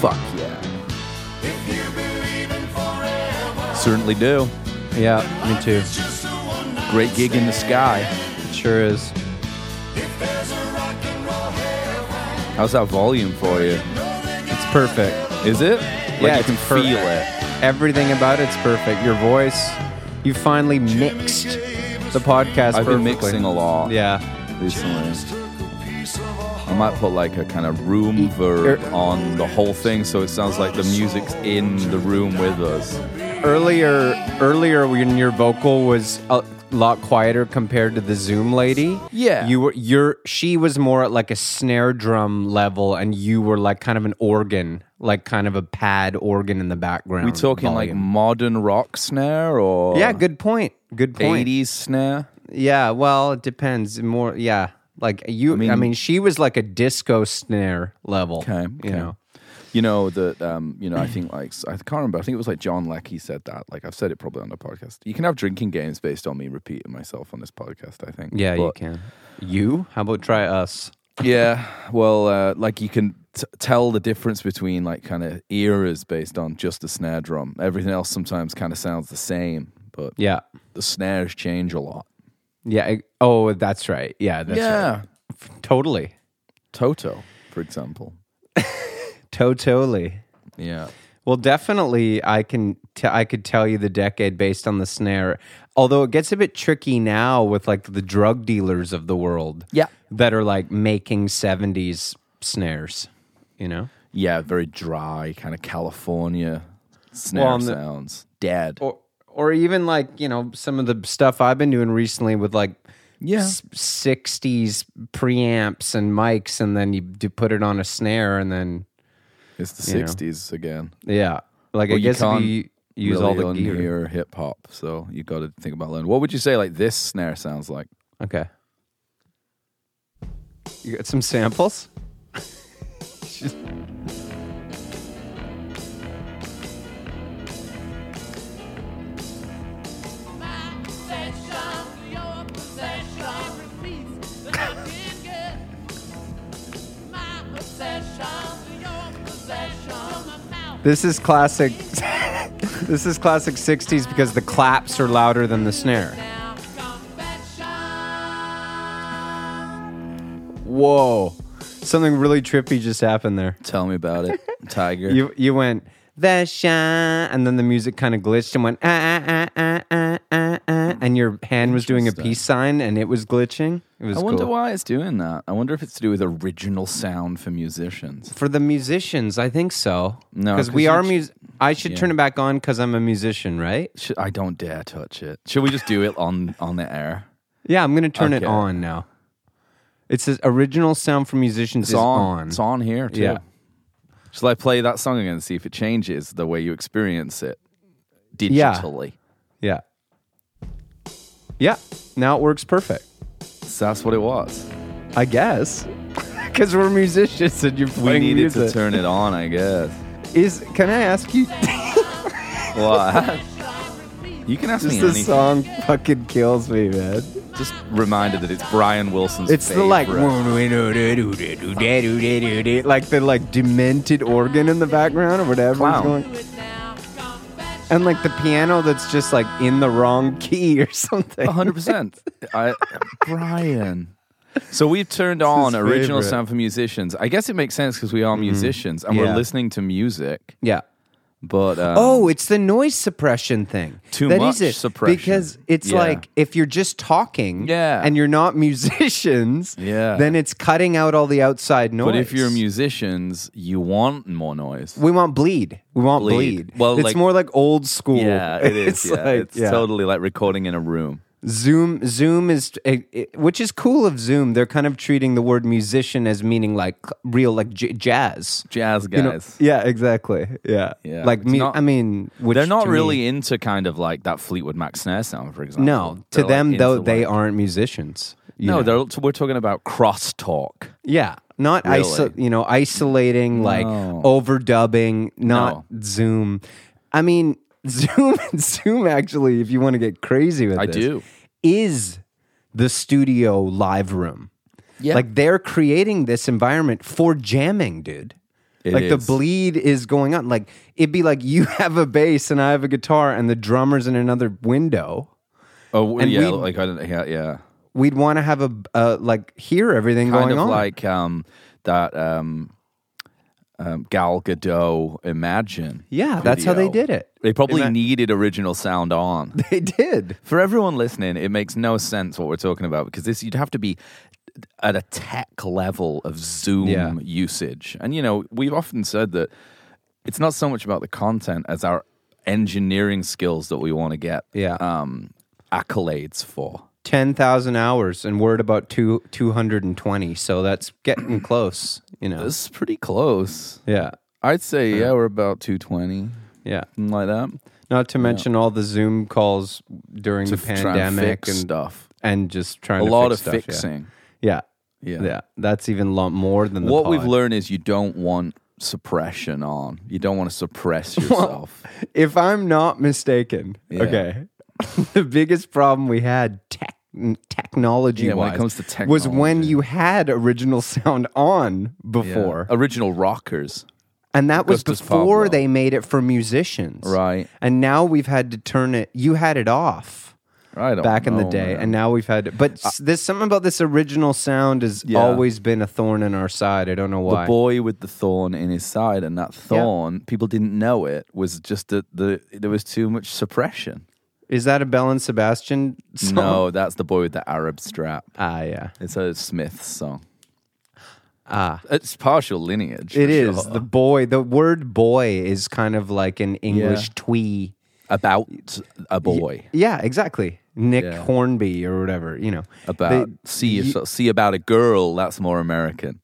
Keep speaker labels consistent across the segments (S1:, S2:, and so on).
S1: Fuck yeah. Certainly do.
S2: Yeah, me too.
S1: Great gig in the sky.
S2: It sure is.
S1: How's that volume for you?
S2: It's perfect.
S1: Is it?
S2: Yeah,
S1: like you
S2: it's
S1: can
S2: perfect.
S1: feel it.
S2: Everything about it's perfect. Your voice, you finally mixed the podcast.
S1: I've been
S2: perfectly.
S1: mixing a lot
S2: Yeah,
S1: recently. I might put like a kind of room verb
S2: er-
S1: on the whole thing so it sounds like the music's in the room with us.
S2: earlier, earlier when your vocal was a lot quieter compared to the Zoom lady.
S1: Yeah.
S2: you were your she was more at like a snare drum level, and you were like kind of an organ, like kind of a pad organ in the background.
S1: We talking like
S2: volume.
S1: modern rock snare or
S2: yeah, good point. Good point.
S1: 80s snare?
S2: Yeah, well, it depends. More, yeah. Like you, I mean,
S1: mean-
S2: she was like a disco snare level.
S1: Okay,
S2: you
S1: okay.
S2: know.
S1: You know that um, you know. I think like I can't remember. I think it was like John Leckie said that. Like I've said it probably on the podcast. You can have drinking games based on me repeating myself on this podcast. I think.
S2: Yeah, you
S1: But-
S2: can. You? How about try us?
S1: Yeah. Well, uh, like you can t- tell the difference between like kind of eras based on just the snare drum. Everything else sometimes kind of sounds the same, but
S2: Yeah,
S1: the snares change a lot.
S2: yeah. I- oh, that's right. Yeah, that's right. Totally,
S1: Toto, for example.
S2: totally.
S1: Yeah.
S2: Well, definitely, I can. T- I could tell you the decade based on the snare. Although it gets a bit tricky now with like the drug dealers of the world.
S1: Yeah.
S2: that are like making seventies snares. You know.
S1: Yeah. Very dry kind of California snare
S2: Well, and the-
S1: sounds. Dead.
S2: or or even like you know some of the stuff I've been doing recently with like
S1: Yeah.
S2: s- 60s preamps and mics and then you do put it on a snare and then
S1: It's the
S2: You know.
S1: '60s again.
S2: yeah like I
S1: Well, you
S2: guess if
S1: can't
S2: you use
S1: really
S2: all the gear
S1: unhear hip hop, so you got to think about learning. What would you say? Like this snare sounds like.
S2: okay you got some samples this is classic this is classic 60s because the claps are louder than the snare whoa something really trippy just happened there
S1: Tell me about it, Tiger.
S2: You you went the shine, and then the music kind of glitched and went ah ah ah ah ah ah, and your hand was doing a peace sign and it was glitching. It was
S1: I wonder
S2: cool.
S1: why it's doing that. I wonder if it's to do with original sound for musicians.
S2: For the musicians, I think so.
S1: No,
S2: because
S1: 'cause
S2: we
S1: you
S2: are
S1: sh-
S2: mus. I should turn it back on because I'm a musician, right?
S1: Should, I don't dare touch it. Should we just do it on on the air?
S2: Yeah, I'm gonna turn it
S1: Okay.
S2: on now. It says original sound for musicians
S1: It's
S2: is
S1: on.
S2: on.
S1: It's on here too.
S2: Yeah.
S1: Shall I play that song again and see if it changes the way you experience it digitally?
S2: Yeah. Yeah. Now it works perfect.
S1: So that's what it was.
S2: I guess. Because we're musicians and you're
S1: We
S2: playing
S1: needed
S2: music.
S1: to turn it on, I guess.
S2: Is can I ask you?
S1: What? you can ask
S2: Just
S1: me
S2: the
S1: anything.
S2: song fucking kills me, man.
S1: Just reminded that it's Brian Wilson's.
S2: It's the
S1: favorite.
S2: like like the like demented organ in the background or whatever is
S1: Clown.
S2: going, and like the piano that's just like in the wrong key or something.
S1: 100. percent Brian. So we've turned on
S2: his
S1: original
S2: favorite. Mm-hmm.
S1: sound for musicians. I guess it makes sense because we are musicians and
S2: Yeah.
S1: we're listening to music.
S2: Yeah.
S1: But um,
S2: Oh, it's the noise suppression thing.
S1: Too
S2: That
S1: much
S2: is it.
S1: suppression.
S2: Because it's
S1: Yeah.
S2: like if you're just talking
S1: Yeah.
S2: and you're not musicians,
S1: Yeah.
S2: then it's cutting out all the outside noise.
S1: but if you're musicians, you want more noise.
S2: We want bleed. We want bleed.
S1: Bleed. Well,
S2: it's
S1: like-
S2: more like old school.
S1: Yeah, it is.
S2: it's
S1: yeah.
S2: like
S1: it's
S2: yeah.
S1: totally like recording in a room.
S2: Zoom. Zoom is, it, it- which is cool of Zoom. They're kind of treating the word musician as meaning like real, like j- jazz.
S1: Jazz
S2: You know?
S1: guys.
S2: Yeah, exactly. Yeah,
S1: Yeah.
S2: Like
S1: It's
S2: me.
S1: not-
S2: I mean, which
S1: They're not
S2: to me-
S1: really into kind of like that Fleetwood Mac snare sound, for example.
S2: no, to
S1: They're, like,
S2: them though,
S1: into,
S2: they
S1: like-
S2: aren't musicians. you
S1: No,
S2: know?
S1: they're, we're talking about crosstalk.
S2: yeah, not iso-
S1: Really?
S2: you know isolating, like
S1: No.
S2: overdubbing, not Zoom. I mean, Zoom. Zoom actually, if you want to get crazy with
S1: I
S2: this,
S1: do.
S2: is the studio live room.
S1: Yeah.
S2: Like they're creating this environment for jamming, dude.
S1: It
S2: like the
S1: is.
S2: bleed is going on. Like it'd be like you have a bass and I have a guitar and the drummer's in another window.
S1: Oh
S2: and
S1: yeah,
S2: we-
S1: like I don't yeah yeah.
S2: We'd want to have a uh, like hear everything
S1: Kind
S2: going
S1: of
S2: on.
S1: like um that um, um Gal Gadot Imagine.
S2: yeah, that's how they
S1: video.
S2: did it.
S1: They probably
S2: Ima-
S1: needed original sound on.
S2: They did.
S1: For everyone listening, it makes no sense what we're talking about because this you'd have to be at a tech level of Zoom
S2: Yeah.
S1: usage. And you know, we've often said that it's not so much about the content as our engineering skills that we want to get
S2: Yeah.
S1: um, accolades for.
S2: Ten thousand hours, and we're at about two two hundred and twenty. So that's getting close. You know.
S1: This is pretty close.
S2: Yeah.
S1: I'd say yeah, we're about 220,
S2: Yeah.
S1: something like that.
S2: Not to mention all the Zoom calls during the
S1: To f- try and
S2: pandemic
S1: fix
S2: and,
S1: stuff.
S2: and just trying
S1: A
S2: to
S1: lot
S2: fix
S1: of
S2: stuff, yeah.
S1: fixing.
S2: Yeah.
S1: Yeah.
S2: Yeah. That's even a lot more than the
S1: What we've
S2: pod.
S1: learned is you don't want suppression on. You don't want to suppress yourself.
S2: If I'm not mistaken, okay, the biggest problem we had tech technology
S1: Yeah, when it
S2: wise
S1: comes to
S2: was when
S1: technology.
S2: you had original sound on
S1: Or
S2: before,
S1: Original rockers.
S2: and that was
S1: Augustus
S2: before
S1: Pablo.
S2: they made it for musicians,
S1: Right.
S2: And now we've had to turn it. You had it off.
S1: I don't
S2: back in the
S1: know,
S2: day,
S1: Oh, man. Uh,
S2: and now we've had. But s there's something about this original sound has
S1: Yeah.
S2: always been a thorn in our side. I don't know
S1: the
S2: why.
S1: boy with the thorn in his side, and that thorn, people didn't know it, was just that the there was too much suppression.
S2: Is that a Bell and Sebastian song?
S1: No, that's the boy with the Arab strap.
S2: Ah, yeah.
S1: It's a Smith song.
S2: Ah.
S1: It's partial lineage. for
S2: It is
S1: sure.
S2: the boy. The word "boy" is kind of like an English twee.
S1: about a boy.
S2: Yeah, exactly. Nick
S1: Yeah.
S2: Hornby or whatever, you know.
S1: About
S2: They-
S1: see if- see about a girl. That's more American.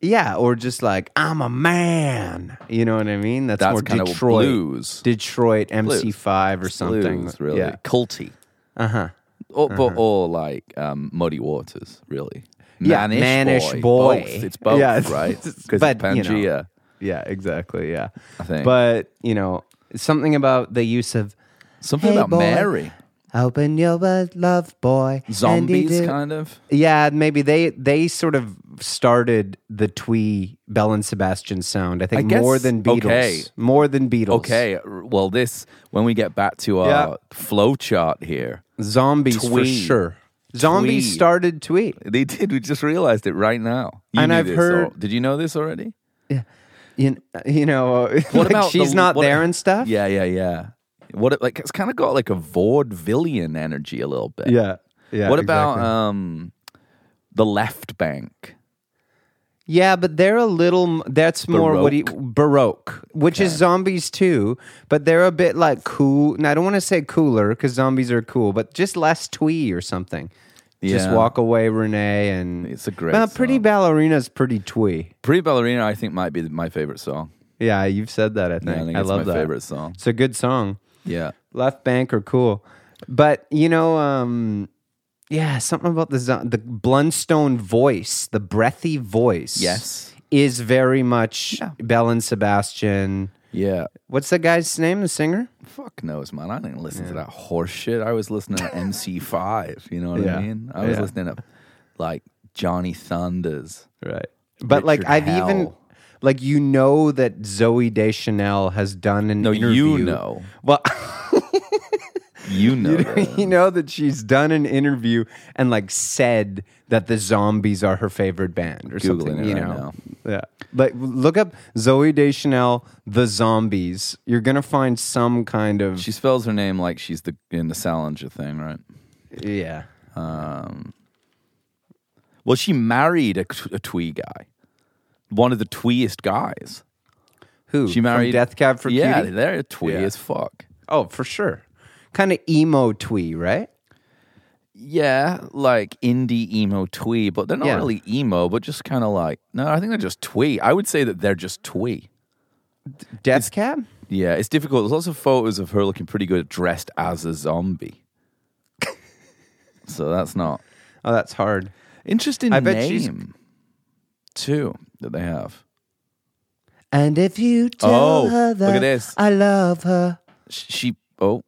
S2: yeah, or just like I'm a man. You know what I mean? That's,
S1: That's
S2: more
S1: kind
S2: Detroit,
S1: of blues.
S2: Detroit MC5 or something.
S1: Blues, really
S2: Yeah.
S1: culty.
S2: Uh huh.
S1: Or, But or like um, muddy waters, really.
S2: Yeah,
S1: Manish,
S2: Manish
S1: boy.
S2: boy.
S1: Both. It's both,
S2: Yeah, it's-
S1: right?
S2: it's-
S1: Because
S2: but, you know.
S1: Pangea.
S2: Yeah, exactly. Yeah, I
S1: think.
S2: But you know, something about the use of
S1: Something
S2: Hey,
S1: about
S2: boy.
S1: Mary.
S2: "Open your eyes, love, boy." and
S1: Zombies,
S2: you do-
S1: kind of.
S2: Yeah, maybe they they sort of started the twee Bell and Sebastian sound. I think
S1: I
S2: more
S1: guess-
S2: than Beatles.
S1: okay.
S2: More than Beatles.
S1: Okay, r- well, this, when we get back to our
S2: Yeah.
S1: flow chart here,
S2: Zombies for
S1: Twee.
S2: sure. Zombies
S1: Twee.
S2: started twee.
S1: they did. We just realized it right now. You
S2: And
S1: knew
S2: I've
S1: this,
S2: heard-
S1: or- did you know this already?
S2: You know, you know like she's
S1: the-
S2: not
S1: what-
S2: there and stuff?
S1: Yeah, yeah, yeah. What it, like it's kind of got like a vaudevillian energy a little bit.
S2: Yeah. Yeah.
S1: what about
S2: exactly.
S1: um the left bank?
S2: Yeah, but they're a little. That's more what he, baroque, which is zombies too. But they're a bit like cool. And I don't want to say cooler because zombies are cool, but just less twee or something. Just
S1: Yeah.
S2: walk away, Renee, and
S1: It's a great
S2: Well, pretty
S1: song.
S2: ballerina's pretty twee.
S1: Pretty Ballerina, I think, might be my favorite song.
S2: Yeah, you've said that. I think,
S1: Yeah, I think it's
S2: love
S1: my
S2: that.
S1: favorite song.
S2: It's a good song.
S1: Yeah.
S2: Left Bank are cool, but you know, um, yeah, something about the zo- the Blundstone voice, the breathy voice.
S1: Yes.
S2: is very much
S1: Yeah.
S2: Bell and Sebastian.
S1: Yeah.
S2: What's the guy's name? The singer?
S1: Fuck knows, man. I didn't listen to that horse shit. I was listening to MC5. You know what
S2: Yeah.
S1: I mean? I was
S2: Yeah.
S1: listening to like Johnny Thunders.
S2: Right. But like
S1: Richard
S2: I've even
S1: Hell.
S2: like you know that Zoe Deschanel has done an
S1: No,
S2: interview.
S1: you know.
S2: Well,
S1: You know. that.
S2: you know that she's done an interview and like said that the Zombies are her favorite band or something.
S1: Googling it
S2: you
S1: right
S2: know. Yeah. Like look up Zoe Deschanel, the Zombies. You're gonna find some kind of
S1: She spells her name like she's the in the Salinger thing, right?
S2: yeah.
S1: Well, she married a, a twee guy, one of the tweeest guys.
S2: Who?
S1: She married
S2: From Death Cab for
S1: yeah,
S2: Cutie.
S1: they're twee
S2: Yeah.
S1: as fuck.
S2: Oh, for sure. Kind of emo twee, right?
S1: Yeah, like indie emo twee, but they're not
S2: Yeah.
S1: really emo, but just kind of like no, I think they're just twee. I would say that they're just twee.
S2: Death Cab?
S1: Yeah, it's difficult. There's lots of photos of her looking pretty good dressed as a zombie. so that's not
S2: Oh, that's hard.
S1: interesting.
S2: I bet she's-
S1: name too that they have.
S2: And if you
S1: tell Oh, her look that at this.
S2: I love her.
S1: sh- she oh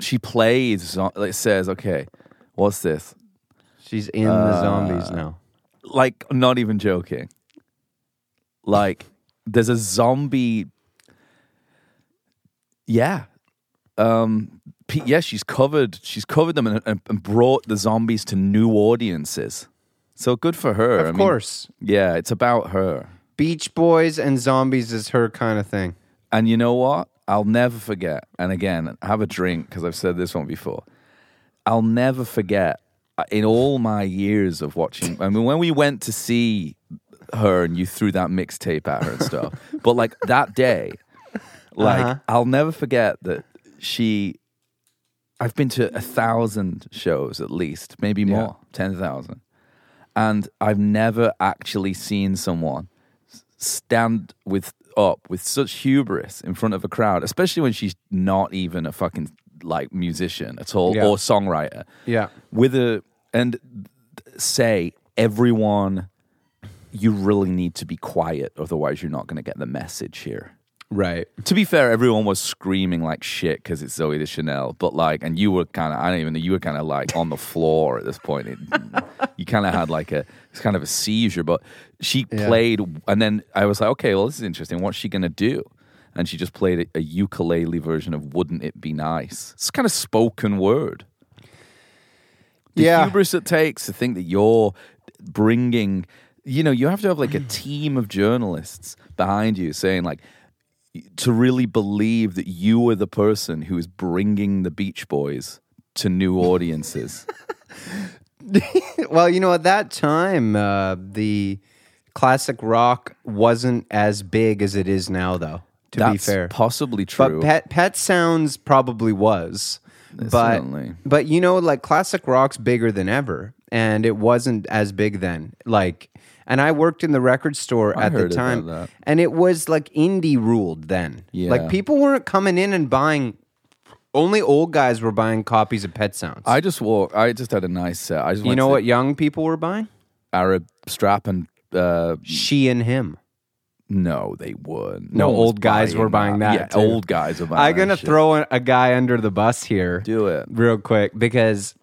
S1: she plays zo- like says okay what's this
S2: She's in the zombies now.
S1: like not even joking like there's a zombie. Yeah, um, P- yeah, she's covered. She's covered them and, and, and brought the zombies to new audiences. So good for her.
S2: Of
S1: I mean,
S2: course.
S1: yeah, it's about her.
S2: Beach Boys and zombies is her kind of thing.
S1: And you know what? I'll never forget. And again, have a drink because I've said this one before. I'll never forget uh, in all my years of watching. I mean, when we went to see her and you threw that mixtape at her and stuff, but like that day, like I'll never forget that she. I've been to a thousand shows at least, maybe more, 10,000. And I've never actually seen someone stand with up with such hubris in front of a crowd, especially when she's not even a fucking like musician at all
S2: Yeah.
S1: or songwriter.
S2: Yeah.
S1: With a and th- say everyone you really need to be quiet otherwise you're not going to get the message here.
S2: Right.
S1: To be fair, everyone was screaming like shit because it's Zoe de Chanel, but like, and you were kind of, I don't even know, you were kind of like on the floor at this point. It, you kind of had like a, it's kind of a seizure, but she played, and then I was like, okay, well, this is interesting. What's she going to do? And she just played a, a ukulele version of Wouldn't It Be Nice? It's kind of spoken word. The
S2: yeah.
S1: hubris it takes to think that you're bringing, you know, you have to have like a team of journalists behind you saying, like, to really believe that you are the person who is bringing the Beach Boys to new audiences.
S2: well, you know, at that time, uh, the classic rock wasn't as big as it is now, though. To
S1: That's
S2: be fair,
S1: possibly true.
S2: but Pet Pet Sounds probably was, but
S1: certainly.
S2: but you know, like classic rock's bigger than ever, and it wasn't as big then. Like, and I worked in the record store at the
S1: heard about
S2: time,
S1: that.
S2: and it was like indie ruled then.
S1: Yeah.
S2: Like people weren't coming in and buying. Only old guys were buying copies of Pet Sounds.
S1: I just walk. I just had a nice set. I just
S2: you
S1: went
S2: know
S1: to
S2: what young people were buying?
S1: Arab strap and uh,
S2: She and him.
S1: no, they weren't.
S2: No,
S1: one was
S2: old guys were buying that,
S1: Yeah,
S2: too.
S1: old guys were buying.
S2: I'm
S1: that
S2: gonna
S1: shit.
S2: throw a, a guy under the bus here,
S1: Do it.
S2: real quick because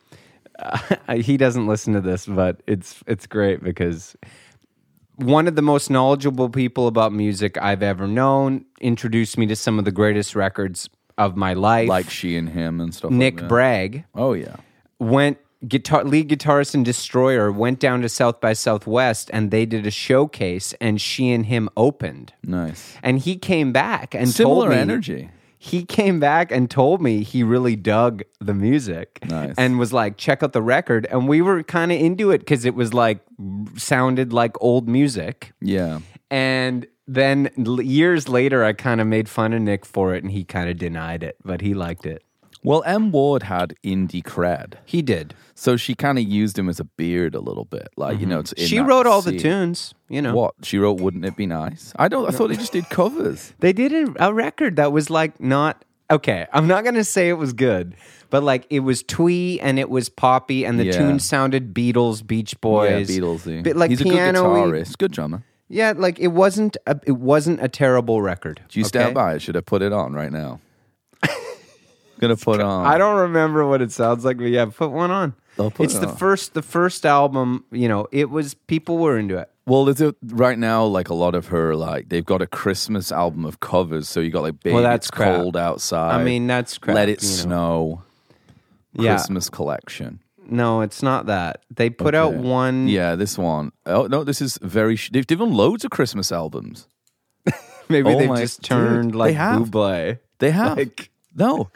S2: uh, he doesn't listen to this, but it's it's great because one of the most knowledgeable people about music I've ever known introduced me to some of the greatest records of my life.
S1: like she and him and stuff.
S2: Nick
S1: like that.
S2: Bragg
S1: Oh yeah.
S2: went guitar lead guitarist and Destroyer went down to South by Southwest and they did a showcase and she and him opened.
S1: Nice.
S2: And he came back and
S1: Similar
S2: told me
S1: energy.
S2: he came back and told me he really dug the music
S1: Nice.
S2: and was like, check out the record. And we were kind of into it because it was like, sounded like old music.
S1: Yeah.
S2: And then l- years later, I kind of made fun of Nick for it and he kind of denied it, but he liked it.
S1: Well, M Ward had indie cred,
S2: He did.
S1: so she kind of used him as a beard a little bit. Like you know, it's in
S2: she
S1: that
S2: wrote all the
S1: scene.
S2: tunes, you know.
S1: What she wrote? Wouldn't it be nice? I don't. I thought they just did covers.
S2: They did a, a record that was like not. Okay, I'm not gonna say it was good, but like it was twee and it was poppy, and the
S1: Yeah.
S2: tune sounded Beatles, Beach Boys,
S1: yeah, Beatlesy.
S2: bit like
S1: He's a
S2: piano-y.
S1: good guitarist, good drummer.
S2: Yeah, like it wasn't a it wasn't a terrible record.
S1: Do you
S2: okay?
S1: stand by it? Should I put it on right now? Gonna put on.
S2: I don't remember what it sounds like, but yeah, put one on.
S1: I'll put
S2: it's
S1: it
S2: the
S1: on.
S2: first the first album. You know, it was people were into it.
S1: Well, there's a, right now, like a lot of her, like they've got a Christmas album of covers. So you got like Baby,
S2: that's
S1: it's
S2: crap.
S1: cold outside.
S2: I mean, that's crap,
S1: Let it
S2: you know.
S1: snow.
S2: Yeah.
S1: Christmas collection.
S2: No, it's not that they put out
S1: Okay.
S2: one.
S1: Yeah, this one. Oh no, this is very. Sh- they've done loads of Christmas albums.
S2: maybe
S1: Oh
S2: they've
S1: my-
S2: just
S1: dude,
S2: turned like
S1: they have.
S2: Buble.
S1: They have
S2: Like-
S1: no.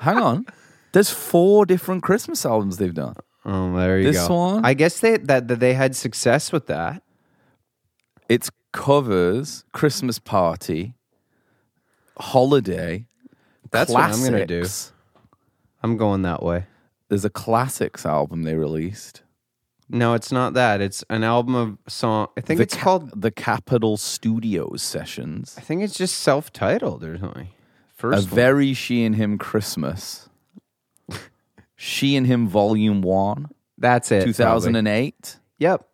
S1: Hang on. There's four different Christmas albums they've done.
S2: Oh, there you
S1: This
S2: go.
S1: one?
S2: I guess they that, that they had success with that.
S1: It's covers, Christmas party, holiday.
S2: That's what I'm gonna do.
S1: classics.
S2: I'm going that way.
S1: There's a classics album they released.
S2: No, it's not that. It's an album of song. I think
S1: The
S2: it's
S1: ca-
S2: called.
S1: the Capitol Studios Sessions.
S2: I think it's just self-titled or something.
S1: A
S2: First one.
S1: very she and him Christmas. she and him Volume One,
S2: That's it.
S1: two thousand and eight.
S2: Yep.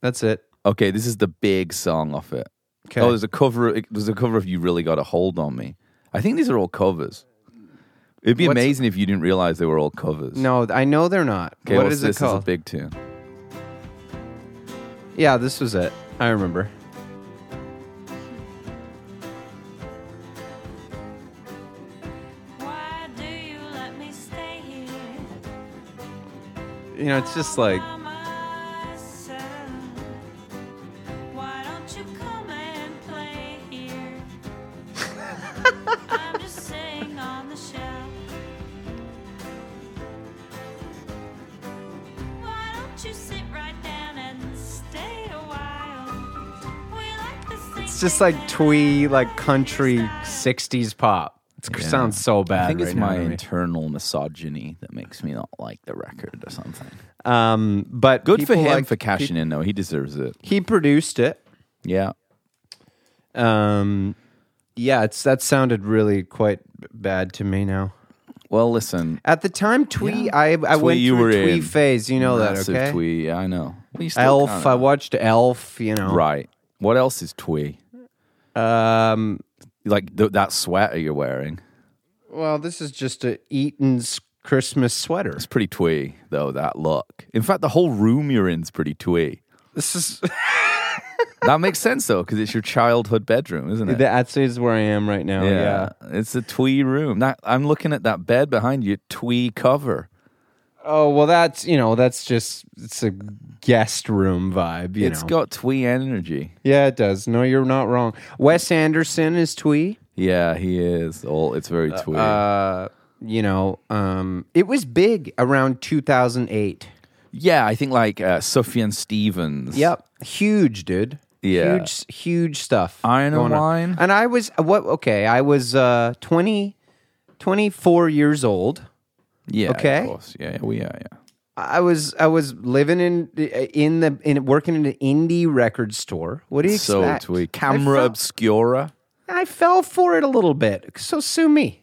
S2: That's it.
S1: Okay, this is the big song off it.
S2: Okay.
S1: Oh, there's a cover. There's a cover of "You Really Got a Hold on Me." I think these are all covers. It'd be
S2: What's-
S1: amazing if you didn't realize they were all covers.
S2: no, I know they're not.
S1: Okay,
S2: what
S1: what's
S2: is
S1: this?
S2: it
S1: This is a
S2: called?
S1: big tune.
S2: yeah, this was it. I remember. You know, it's just like
S3: Why don't you come and play here? I'm just sitting on the shelf. Why don't you sit right down and stay a while? We like the same
S2: it's just like
S3: thing
S2: twee,
S3: and
S2: like country
S3: I decide.
S2: '60s pop. It
S1: Yeah.
S2: sounds so bad.
S1: I think it's
S2: right now
S1: my
S2: to me.
S1: internal misogyny that makes me not like the record or something.
S2: um, but
S1: Good for
S2: people
S1: him
S2: like-
S1: for cashing in, though. He deserves it.
S2: He produced it.
S1: Yeah.
S2: Um, yeah, it's that sounded really quite b- bad to me now.
S1: Well, listen.
S2: At the time, Twee,
S1: Yeah.
S2: I I went
S1: Twee you
S2: through
S1: were
S2: Twee
S1: in.
S2: phase. You know that,
S1: Massive
S2: okay?
S1: twee. Yeah, I know. Well, you still
S2: Elf.
S1: kinda
S2: I
S1: know.
S2: watched Elf. You know,
S1: Right. What else is twee?
S2: Um,
S1: Like th- that sweater you're wearing.
S2: well, this is just a Eaton's Christmas sweater.
S1: It's pretty twee, though, that look. In fact, the whole room you're in's pretty twee.
S2: This is
S1: That makes sense, though, because it's your childhood bedroom, isn't it?
S2: that's is where I am right now. yeah.
S1: It's a twee room. That, I'm looking at that bed behind you, twee cover.
S2: Oh well, that's you know that's just it's a guest room vibe. You
S1: It's
S2: know.
S1: got twee energy.
S2: yeah, it does. No, you're not wrong. Wes Anderson is twee.
S1: Yeah, he is. All it's very twee.
S2: Uh, you know, um, it was big around 2008.
S1: yeah, I think like uh, Sufjan Stevens.
S2: Yep, huge, dude.
S1: Yeah.
S2: huge, huge stuff.
S1: Iron and
S2: going on.
S1: Wine?
S2: And I was uh, what? Okay, I was uh 20, 24 years old.
S1: Yeah.
S2: Okay.
S1: Of course. Yeah, yeah, we are. Yeah.
S2: I was I was living in uh, in the in working in an indie record store. What do you
S1: So
S2: expect?
S1: twee.
S2: I
S1: Camera
S2: fell-
S1: obscura.
S2: I fell for it a little bit. So sue me.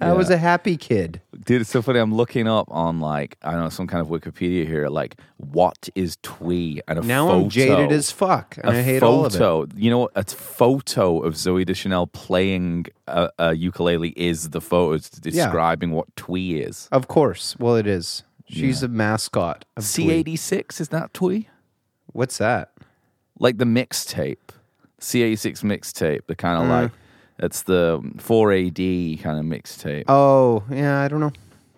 S2: I was
S1: Yeah.
S2: a happy kid.
S1: Dude, it's so funny. I'm looking up on like I don't know some kind of Wikipedia here. Like, what is twee? And a
S2: Now
S1: photo.
S2: I'm jaded as fuck, and
S1: I
S2: I hate
S1: photo.
S2: all of it.
S1: You know, a photo of Zoe Deschanel playing a, a ukulele is the photo. It's describing what twee is.
S2: Of course. Well, it is. She's a mascot. Of
S1: C
S2: Tweet.
S1: eighty six is that twee?
S2: What's that?
S1: Like the mixtape, C eighty six mixtape. The kind of
S2: Mm.
S1: like it's the four AD kind of mixtape.
S2: Oh, yeah. I don't know.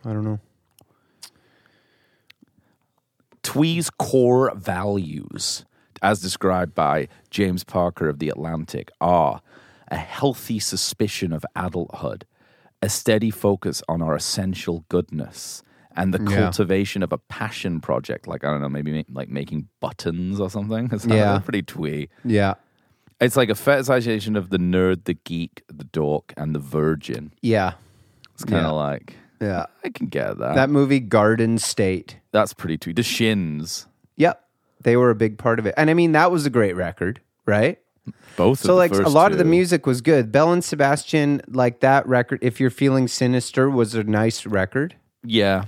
S2: I don't know.
S1: Twee's core values, as described by James Parker of The Atlantic, are a healthy suspicion of adulthood, a steady focus on our essential goodness, and the cultivation of a passion project, like, I don't know, maybe ma- like making buttons or something. It's not-
S2: Yeah.
S1: pretty twee.
S2: Yeah.
S1: It's like a fetishization of the nerd, the geek, the dork, and the virgin.
S2: Yeah.
S1: It's kind
S2: Yeah.
S1: of like,
S2: Yeah.
S1: I can get that.
S2: That movie, Garden State.
S1: That's pretty twee. The shins,
S2: Yep. They were a big part of it. And I mean, that was a great record, right?
S1: both of
S2: So,
S1: the
S2: like, a
S1: first
S2: lot of the
S1: two.
S2: music was good. Bell and Sebastian, like that record, If You're Feeling Sinister, was a nice record.
S1: Yeah.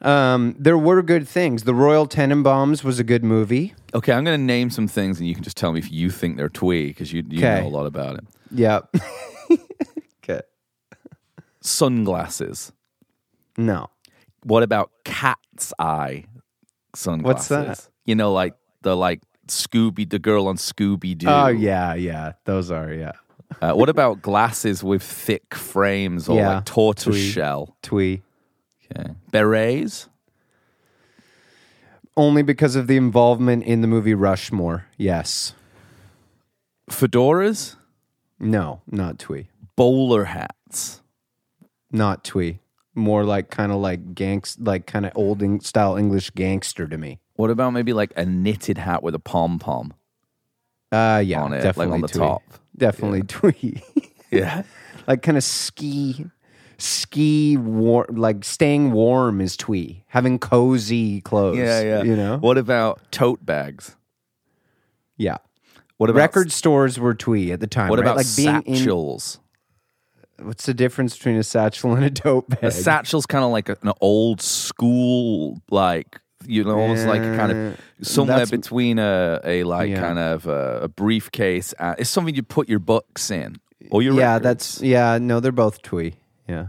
S2: Um, there were good things. The Royal Tenenbaums was a good movie.
S1: Okay, I'm going to name some things, and you can just tell me if you think they're twee because you, you
S2: Okay.
S1: know a lot about it.
S2: Yep. okay.
S1: Sunglasses.
S2: No.
S1: What about cat's eye sunglasses?
S2: that?
S1: You know, like the like Scooby, the girl on Scooby Doo.
S2: Oh yeah, yeah. Those are yeah.
S1: Uh, what about glasses with thick frames or
S2: Yeah.
S1: like tortoise
S2: Twee.
S1: shell?
S2: Twee.
S1: Okay. Berets.
S2: Only because of the involvement in the movie Rushmore. Yes.
S1: Fedoras.
S2: No, not twee.
S1: Bowler hats.
S2: Not twee. More like kind of like gangst, like kind of old Eng- style English gangster to me.
S1: What about maybe like a knitted hat with a pom pom?
S2: Uh, yeah,
S1: On it, like
S2: definitely
S1: on the
S2: twee.
S1: top.
S2: Definitely twee.
S1: Yeah.
S2: like kind of ski, ski warm. Like staying warm is twee. Having cozy clothes.
S1: yeah, yeah.
S2: You know.
S1: What about tote bags?
S2: Yeah.
S1: What about
S2: Record stores were twee at the time.
S1: What
S2: right?
S1: about
S2: like being in-
S1: satchels?
S2: What's the difference between a satchel and a tote bag?
S1: A satchel's kind of like a- an old school, like you know, almost like a kind of somewhere
S2: that's-
S1: between a a like
S2: Yeah.
S1: kind of a, a briefcase. Uh, it's something you put your books in or your
S2: yeah,
S1: records.
S2: that's yeah. No, they're both twee. Yeah,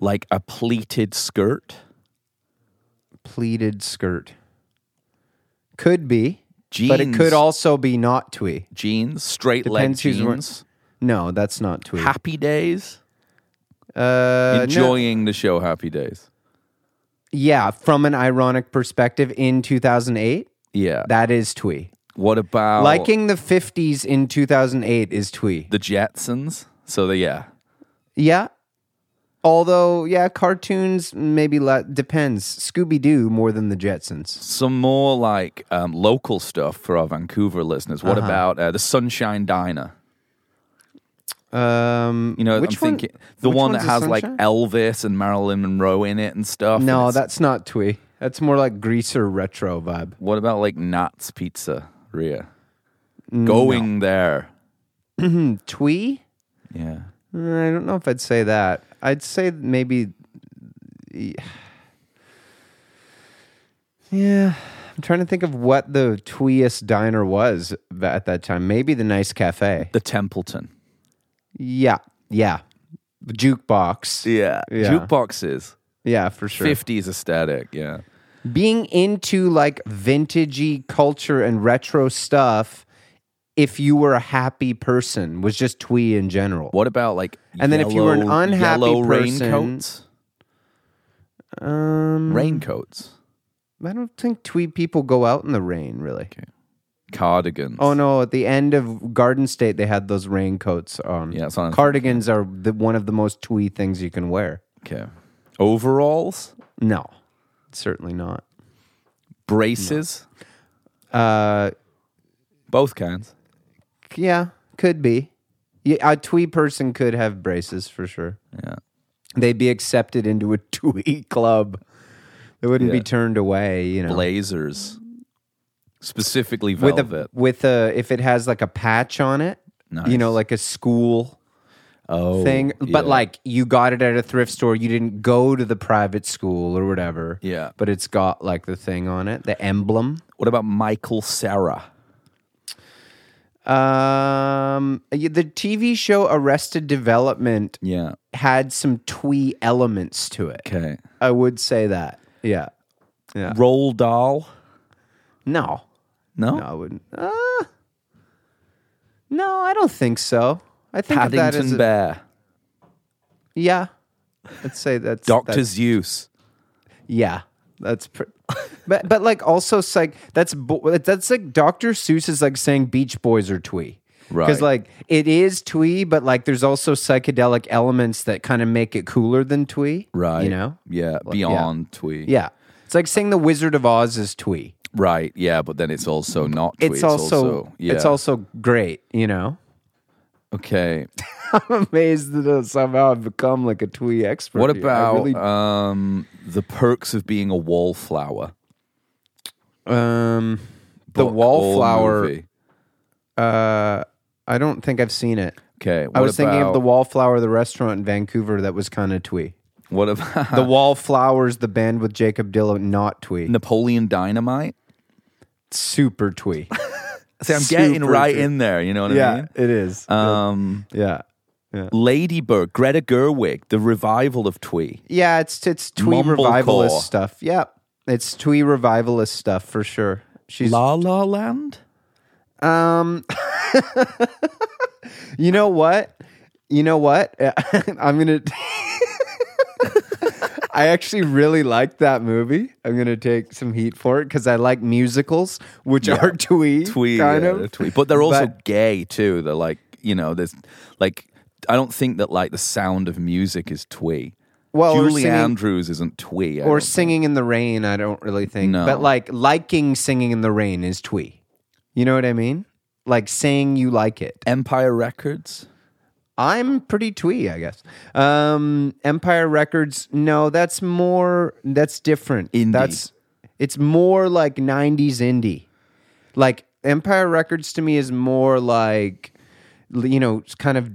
S1: like a pleated skirt,
S2: pleated skirt could be,
S1: jeans,
S2: but it could also be not twee.
S1: jeans, straight leg
S2: Depends who's wearing-
S1: jeans,
S2: No, that's not twee.
S1: happy days.
S2: Uh, no.
S1: enjoying the show Happy Days.
S2: yeah, from an ironic perspective in 2008,
S1: Yeah.
S2: that is twee.
S1: what about
S2: Liking the 50s in 2008 is twee.
S1: the Jetsons? So the yeah.
S2: Yeah. Although, yeah, cartoons maybe le- depends. Scooby Doo more than the Jetsons.
S1: Some more like um, local stuff for our Vancouver listeners.
S2: Uh-huh.
S1: What about uh, the Sunshine Diner?
S2: Um,
S1: You know,
S2: which
S1: I'm thinking the
S2: which
S1: one that
S2: one's the
S1: has like
S2: Sunshine?
S1: Elvis and Marilyn Monroe in it and stuff. and
S2: no,
S1: it's-
S2: that's not twee. That's more like greaser retro vibe.
S1: What about like Nat's Pizza, Ria?
S2: Mm,
S1: Going there.
S2: Twee?
S1: Yeah.
S2: Uh, I don't know if I'd say that. I'd say maybe. Yeah, I'm trying to think of what the tweeest diner was ba- at that time. Maybe the nice cafe.
S1: The Templeton.
S2: Yeah, yeah, jukebox.
S1: Yeah.
S2: Yeah.
S1: Jukeboxes.
S2: Yeah, for sure.
S1: 50s aesthetic. Yeah.
S2: being into like vintagey culture and retro stuff if you were a happy person was just twee in general
S1: What about like
S2: And then if you were an
S1: yellow-
S2: unhappy
S1: yellow
S2: person-
S1: raincoats?
S2: um
S1: Raincoats.
S2: i don't think twee people go out in the rain really
S1: Cardigans.
S2: oh no at the end of garden state they had those raincoats on
S1: Yeah, that's what I'm
S2: cardigans are the, one of the most twee things you can wear
S1: Okay. Overalls?
S2: no certainly not
S1: Braces?
S2: uh
S1: Both kinds.
S2: yeah could be yeah, a twee person could have braces for sure
S1: Yeah.
S2: they'd be accepted into a twee club. They wouldn't
S1: Yeah.
S2: be turned away, you know.
S1: Blazers. Specifically
S2: with
S1: velvet.
S2: a with a if it has like a patch on it, you know,
S1: Nice.
S2: like a school
S1: oh,
S2: thing. But
S1: yeah.
S2: like you got it at a thrift store, you didn't go to the private school or whatever.
S1: Yeah.
S2: But it's got like the thing on it, the emblem.
S1: What about Michael Sarah?
S2: Um y- the TV show Arrested Development
S1: Yeah.
S2: had some twee elements to it.
S1: Okay.
S2: I would say that. Yeah. Yeah.
S1: Roll doll?
S2: No.
S1: No.
S2: No, I wouldn't. Uh, no, I don't think so. I think of that
S1: Paddington
S2: is
S1: Bear.
S2: yeah. Let's say that's
S1: Doctor
S2: that's-
S1: Zeus.
S2: yeah, that's pr but but like also psych. That's bo- that's like Dr. Seuss is like saying Beach Boys are twee.
S1: Right.
S2: Because like it is twee, but like there's also psychedelic elements that kind of make it cooler than twee.
S1: Right.
S2: You know.
S1: Yeah. Beyond Twee.
S2: Yeah. It's like saying the Wizard of Oz is twee.
S1: Right. Yeah. But then it's also not Twee.
S2: It's, also,
S1: yeah.
S2: it's also great. You know.
S1: Okay.
S2: I'm amazed that uh, somehow I've become like a twee expert.
S1: What
S2: here. I
S1: about
S2: really-
S1: um, the perks of being a wallflower?
S2: um, the
S1: uh, book or
S2: wallflower?
S1: movie?
S2: Uh, I don't think I've seen it.
S1: Okay.
S2: I was thinking of the
S1: about-
S2: wallflower, the restaurant in Vancouver that was kind of twee.
S1: What about
S2: The wallflowers, the band with Jacob Dylan, not twee,
S1: Napoleon Dynamite?
S2: super twee.
S1: See, I'm getting
S2: Super
S1: right
S2: true.
S1: in there. You know what I
S2: yeah,
S1: mean?
S2: it is.
S1: Um,
S2: yeah,
S1: Ladybird, Greta Gerwig, the revival of Twee.
S2: yeah. It's it's twee
S1: Mumblecore.
S2: revivalist stuff. Yeah, it's twee revivalist stuff for sure. She's
S1: La La Land?
S2: Um, you know what? You know what? I'm gonna. I actually really liked that movie. I'm gonna take some heat for it because I like musicals, which are twee,
S1: Twee.
S2: kind
S1: yeah,
S2: of.
S1: they're twee. But they're also
S2: But-
S1: gay, too. They're like, you know, there's like, I don't think that like the sound of music is Twee.
S2: Well, Oh, or
S1: Julie
S2: singing-
S1: Andrews isn't Twee. I
S2: Or
S1: don't think.
S2: singing in the rain, I don't really think.
S1: No.
S2: But like liking singing in the rain is twee. You know what I mean? Like saying you like it.
S1: Empire Records?
S2: I'm pretty twee, I guess. Um, Empire Records, no, that's more, that's different.
S1: Indie.
S2: That's, it's more like 90s indie. Like, Empire Records to me is more like, l- you know, it's kind of,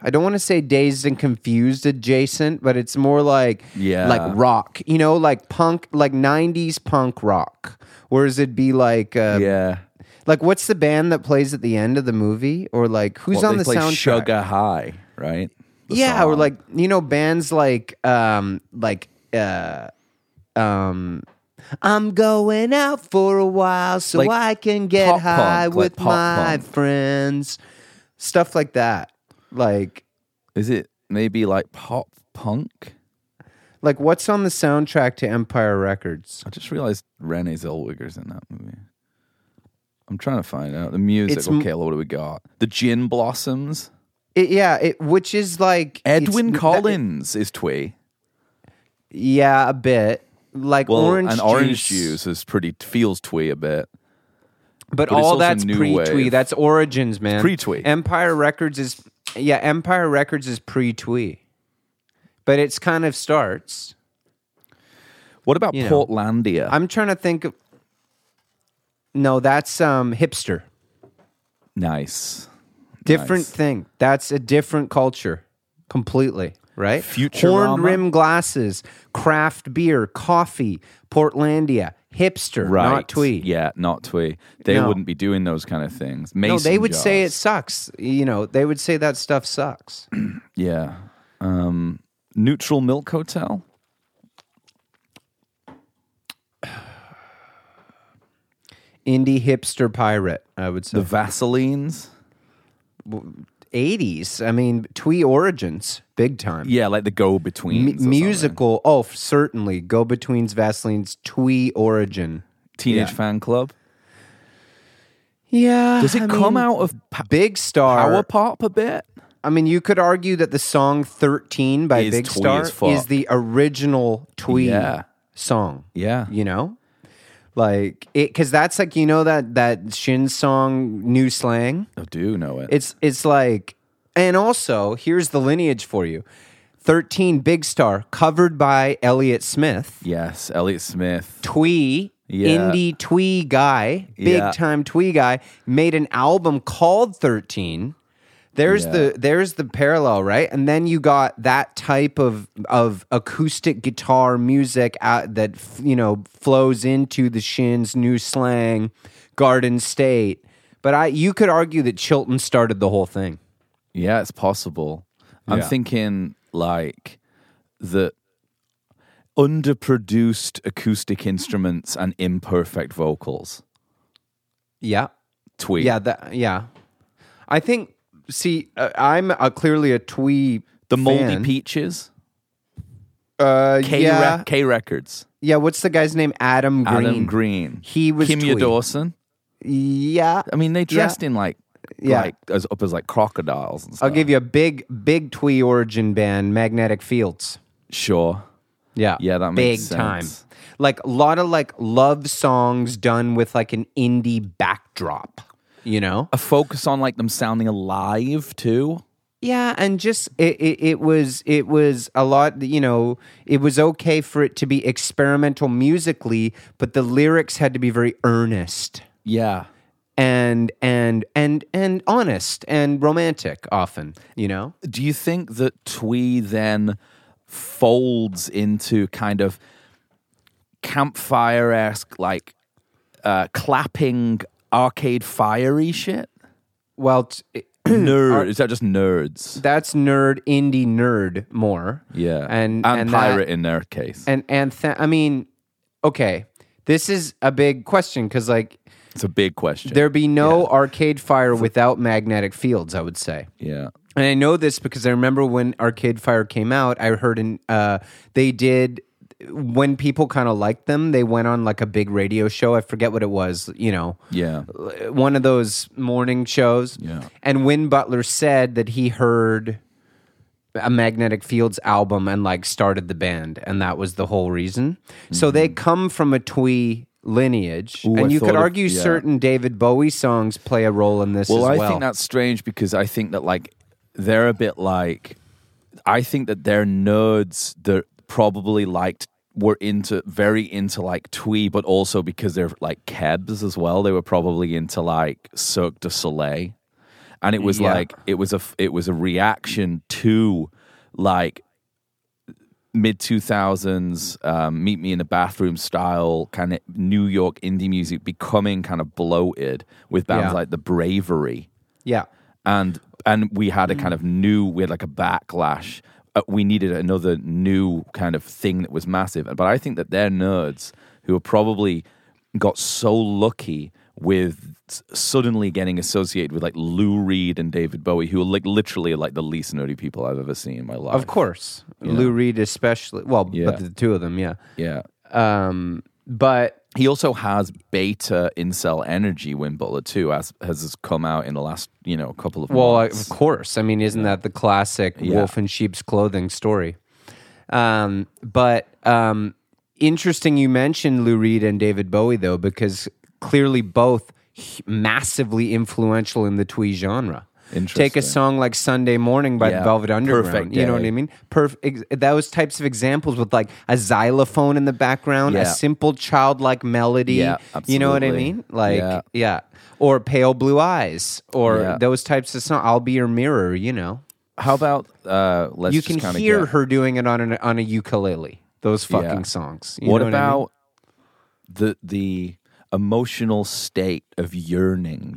S2: I don't want to say dazed and confused adjacent, but it's more like,
S1: Yeah.
S2: like rock, you know, like punk, like 90s punk rock. Whereas it'd be like, uh,
S1: Yeah.
S2: like what's the band that plays at the end of the movie, or like who's
S1: Well,
S2: on
S1: they
S2: the
S1: play
S2: soundtrack?
S1: Sugar High, right? The
S2: yeah or
S1: song.
S2: like you know bands like um like uh um I'm going out for a while so
S1: Like
S2: I can get
S1: pop
S2: high
S1: punk, like
S2: with
S1: pop
S2: my
S1: punk.
S2: friends. Stuff like that. Like
S1: Is it maybe like pop punk.
S2: Like, what's on the soundtrack to Empire Records?
S1: I just realized Renee Zellweger's in that movie. I'm trying to find out the music.
S2: It's m-
S1: okay, what do we got? The Gin Blossoms.
S2: It, yeah, it, which is like it's-
S1: Edwin
S2: that-
S1: Collins is Twee.
S2: yeah, a bit like
S1: Well,
S2: orange
S1: and orange juice is pretty feels twee a bit.
S2: But,
S1: But it's
S2: all
S1: also
S2: that's
S1: new
S2: pre-twee.
S1: wave.
S2: That's origins, man.
S1: pre-twee.
S2: Empire Records is yeah. Empire Records is pre-twee, but it's kind of starts.
S1: What about
S2: You know.
S1: Portlandia?
S2: I'm trying to think. of... No, that's um hipster.
S1: nice.
S2: Different
S1: Nice.
S2: thing. That's a different culture completely. Right?
S1: Futurama?
S2: Horn rim glasses, craft beer, coffee, Portlandia, hipster,
S1: Right.
S2: not twee.
S1: Yeah, not twee. They
S2: No.
S1: wouldn't be doing those kind of things.
S2: No,
S1: Mason
S2: they would say
S1: jars.
S2: it sucks. You know, they would say that stuff sucks.
S1: Yeah. Um, Neutral Milk Hotel.
S2: Indie hipster pirate, I would
S1: The
S2: say.
S1: Vaseline's.
S2: 80s. I mean, twee origins, big time.
S1: Yeah, like the Go
S2: M-
S1: Between
S2: musical, oh, f- certainly. Go Betweens Vaseline's twee origin.
S1: Teenage
S2: yeah.
S1: Fan Club.
S2: Yeah.
S1: Does it come out of pa-
S2: Big Star.
S1: Power Pop a bit?
S2: I mean, you could argue that the song 13 by
S1: Is
S2: Big
S1: twee
S2: Star
S1: as fuck.
S2: is the original twee
S1: Yeah.
S2: song.
S1: Yeah.
S2: You know? Like it cuz that's like you know that that Shin song new slang?
S1: I do know it.
S2: It's it's like, and also here's the lineage for you. Thirteen Big Star covered by Elliott Smith,
S1: yes, Elliot Smith.
S2: twee
S1: Yeah.
S2: indie twee guy, big
S1: Yeah.
S2: time twee guy, made an album called Thirteen. There's
S1: Yeah.
S2: the there's the parallel, right? And then you got that type of of acoustic guitar music out that f- you know flows into the Shins new slang, Garden State. But I you could argue that Chilton started the whole thing.
S1: Yeah, it's possible. I'm
S2: Yeah.
S1: thinking like that underproduced acoustic instruments and imperfect vocals.
S2: Yeah.
S1: Twee.
S2: Yeah, that yeah. I think see uh, I'm uh, clearly a twee
S1: The Moldy
S2: fan.
S1: Peaches.
S2: Uh,
S1: K,
S2: yeah,
S1: Rec- K Records.
S2: yeah. What's the guy's name? Adam Green.
S1: Adam Green.
S2: He was
S1: Kimya
S2: twee.
S1: Dawson.
S2: Yeah,
S1: I mean, they dressed in like,
S2: Yeah.
S1: like as up as like crocodiles and stuff.
S2: I'll give you a big, big twee origin band, Magnetic Fields.
S1: Sure.
S2: Yeah,
S1: Yeah, that
S2: big
S1: makes
S2: time.
S1: sense.
S2: Like a lot of like love songs done with like an indie backdrop. You know?
S1: A focus on like them sounding alive too.
S2: Yeah, and just it, it, it was it was a lot. You know, it was okay for it to be experimental musically, but the lyrics had to be very earnest.
S1: Yeah.
S2: and and and and honest and romantic often you know
S1: Do you think that Twee then folds into kind of campfire esque, like uh, clapping arcade fiery shit?
S2: well t-
S1: Nerd. is that just nerds?
S2: that's nerd indie nerd more
S1: Yeah.
S2: and
S1: and,
S2: and that-
S1: pirate in their case.
S2: and and th- i mean okay this is a big question because like
S1: it's a big question.
S2: there'd be no arcade fire without magnetic fields i would say
S1: yeah.
S2: and I know this because I remember when Arcade Fire came out. I heard in uh, they did when people kind of liked them. They went on like a big radio show. I forget what it was. You know,
S1: Yeah.
S2: one of those morning shows.
S1: Yeah.
S2: And Win Butler said that he heard a Magnetic Fields album and like started the band, and that was the whole reason. So they come from a twee lineage,
S1: Mm-hmm. Ooh,
S2: and
S1: I
S2: you could
S1: thought of-
S2: argue
S1: yeah.
S2: certain David Bowie songs play a role in this.
S1: Well, I
S2: as well.
S1: think that's strange because I think that like they're a bit like I think that they're nerds that probably liked were into very into like twee, but also because they're like kebs as well. They were probably into like Cirque du Soleil, and it was
S2: Yeah.
S1: like it was a f- it was a reaction to like mid 2000s um, meet me in the bathroom style kind of new york indie music becoming kind of bloated with bands
S2: Yeah.
S1: like the bravery
S2: yeah.
S1: and and we had a kind of new we had like a backlash uh, we needed another new kind of thing that was massive but i think that they're nerds who are probably got so lucky with s- suddenly getting associated with like Lou Reed and David Bowie, who are like literally like the least nerdy people I've ever seen in my life.
S2: Of course, Lou Reed especially. Well,
S1: Yeah.
S2: but the two of them, yeah.
S1: Yeah.
S2: Um, but
S1: He also has beta incel energy, Win Butler, too, as has come out in the last, you know, couple of
S2: well,
S1: months.
S2: of course. I mean, isn't that the classic
S1: Yeah.
S2: wolf in sheep's clothing story? Um, but um, interesting, you mentioned Lou Reed and David Bowie though, because clearly both h- massively influential in the twee genre. Take
S1: Interesting.
S2: a song like "Sunday Morning" by
S1: Yeah,
S2: the Velvet Underground.
S1: perfect
S2: you know what
S1: day.
S2: I mean? Perfect. Ex- those types of examples with like a xylophone in the background,
S1: Yeah.
S2: a simple childlike melody.
S1: Yeah,
S2: You know what I
S1: absolutely.
S2: mean? Like,
S1: Yeah.
S2: yeah. Or Pale Blue Eyes or
S1: Yeah.
S2: those types of songs. I'll be your mirror, you know.
S1: How about uh, let's
S2: you
S1: just
S2: can
S1: kinda
S2: hear
S1: get-
S2: her doing it on, an, on a ukulele, those fucking
S1: Yeah.
S2: songs. You
S1: What
S2: know I mean?
S1: about the the emotional state of yearning?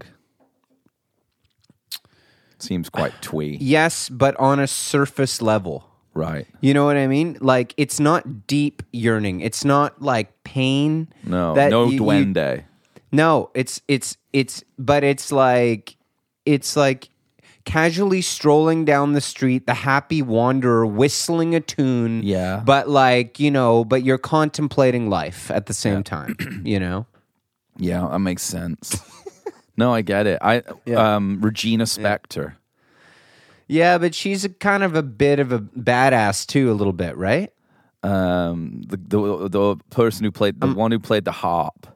S1: Seems quite twee,
S2: Yes, but on a surface level.
S1: right?
S2: You know what I mean? Like, it's not deep yearning. It's not like pain.
S1: No,
S2: that
S1: no
S2: you- you-
S1: duende.
S2: No, it's it's it's but it's like it's like casually strolling down the street, the happy wanderer whistling a tune.
S1: Yeah.
S2: But like, you know, but you're contemplating life at the same time, you know?
S1: yeah, that makes sense. no, I get it. I um, Regina Spektor.
S2: Yeah, but she's a kind of a bit of a badass too, a little bit, right?
S1: Um, the, the the person who played the
S2: Um,
S1: one who played the harp.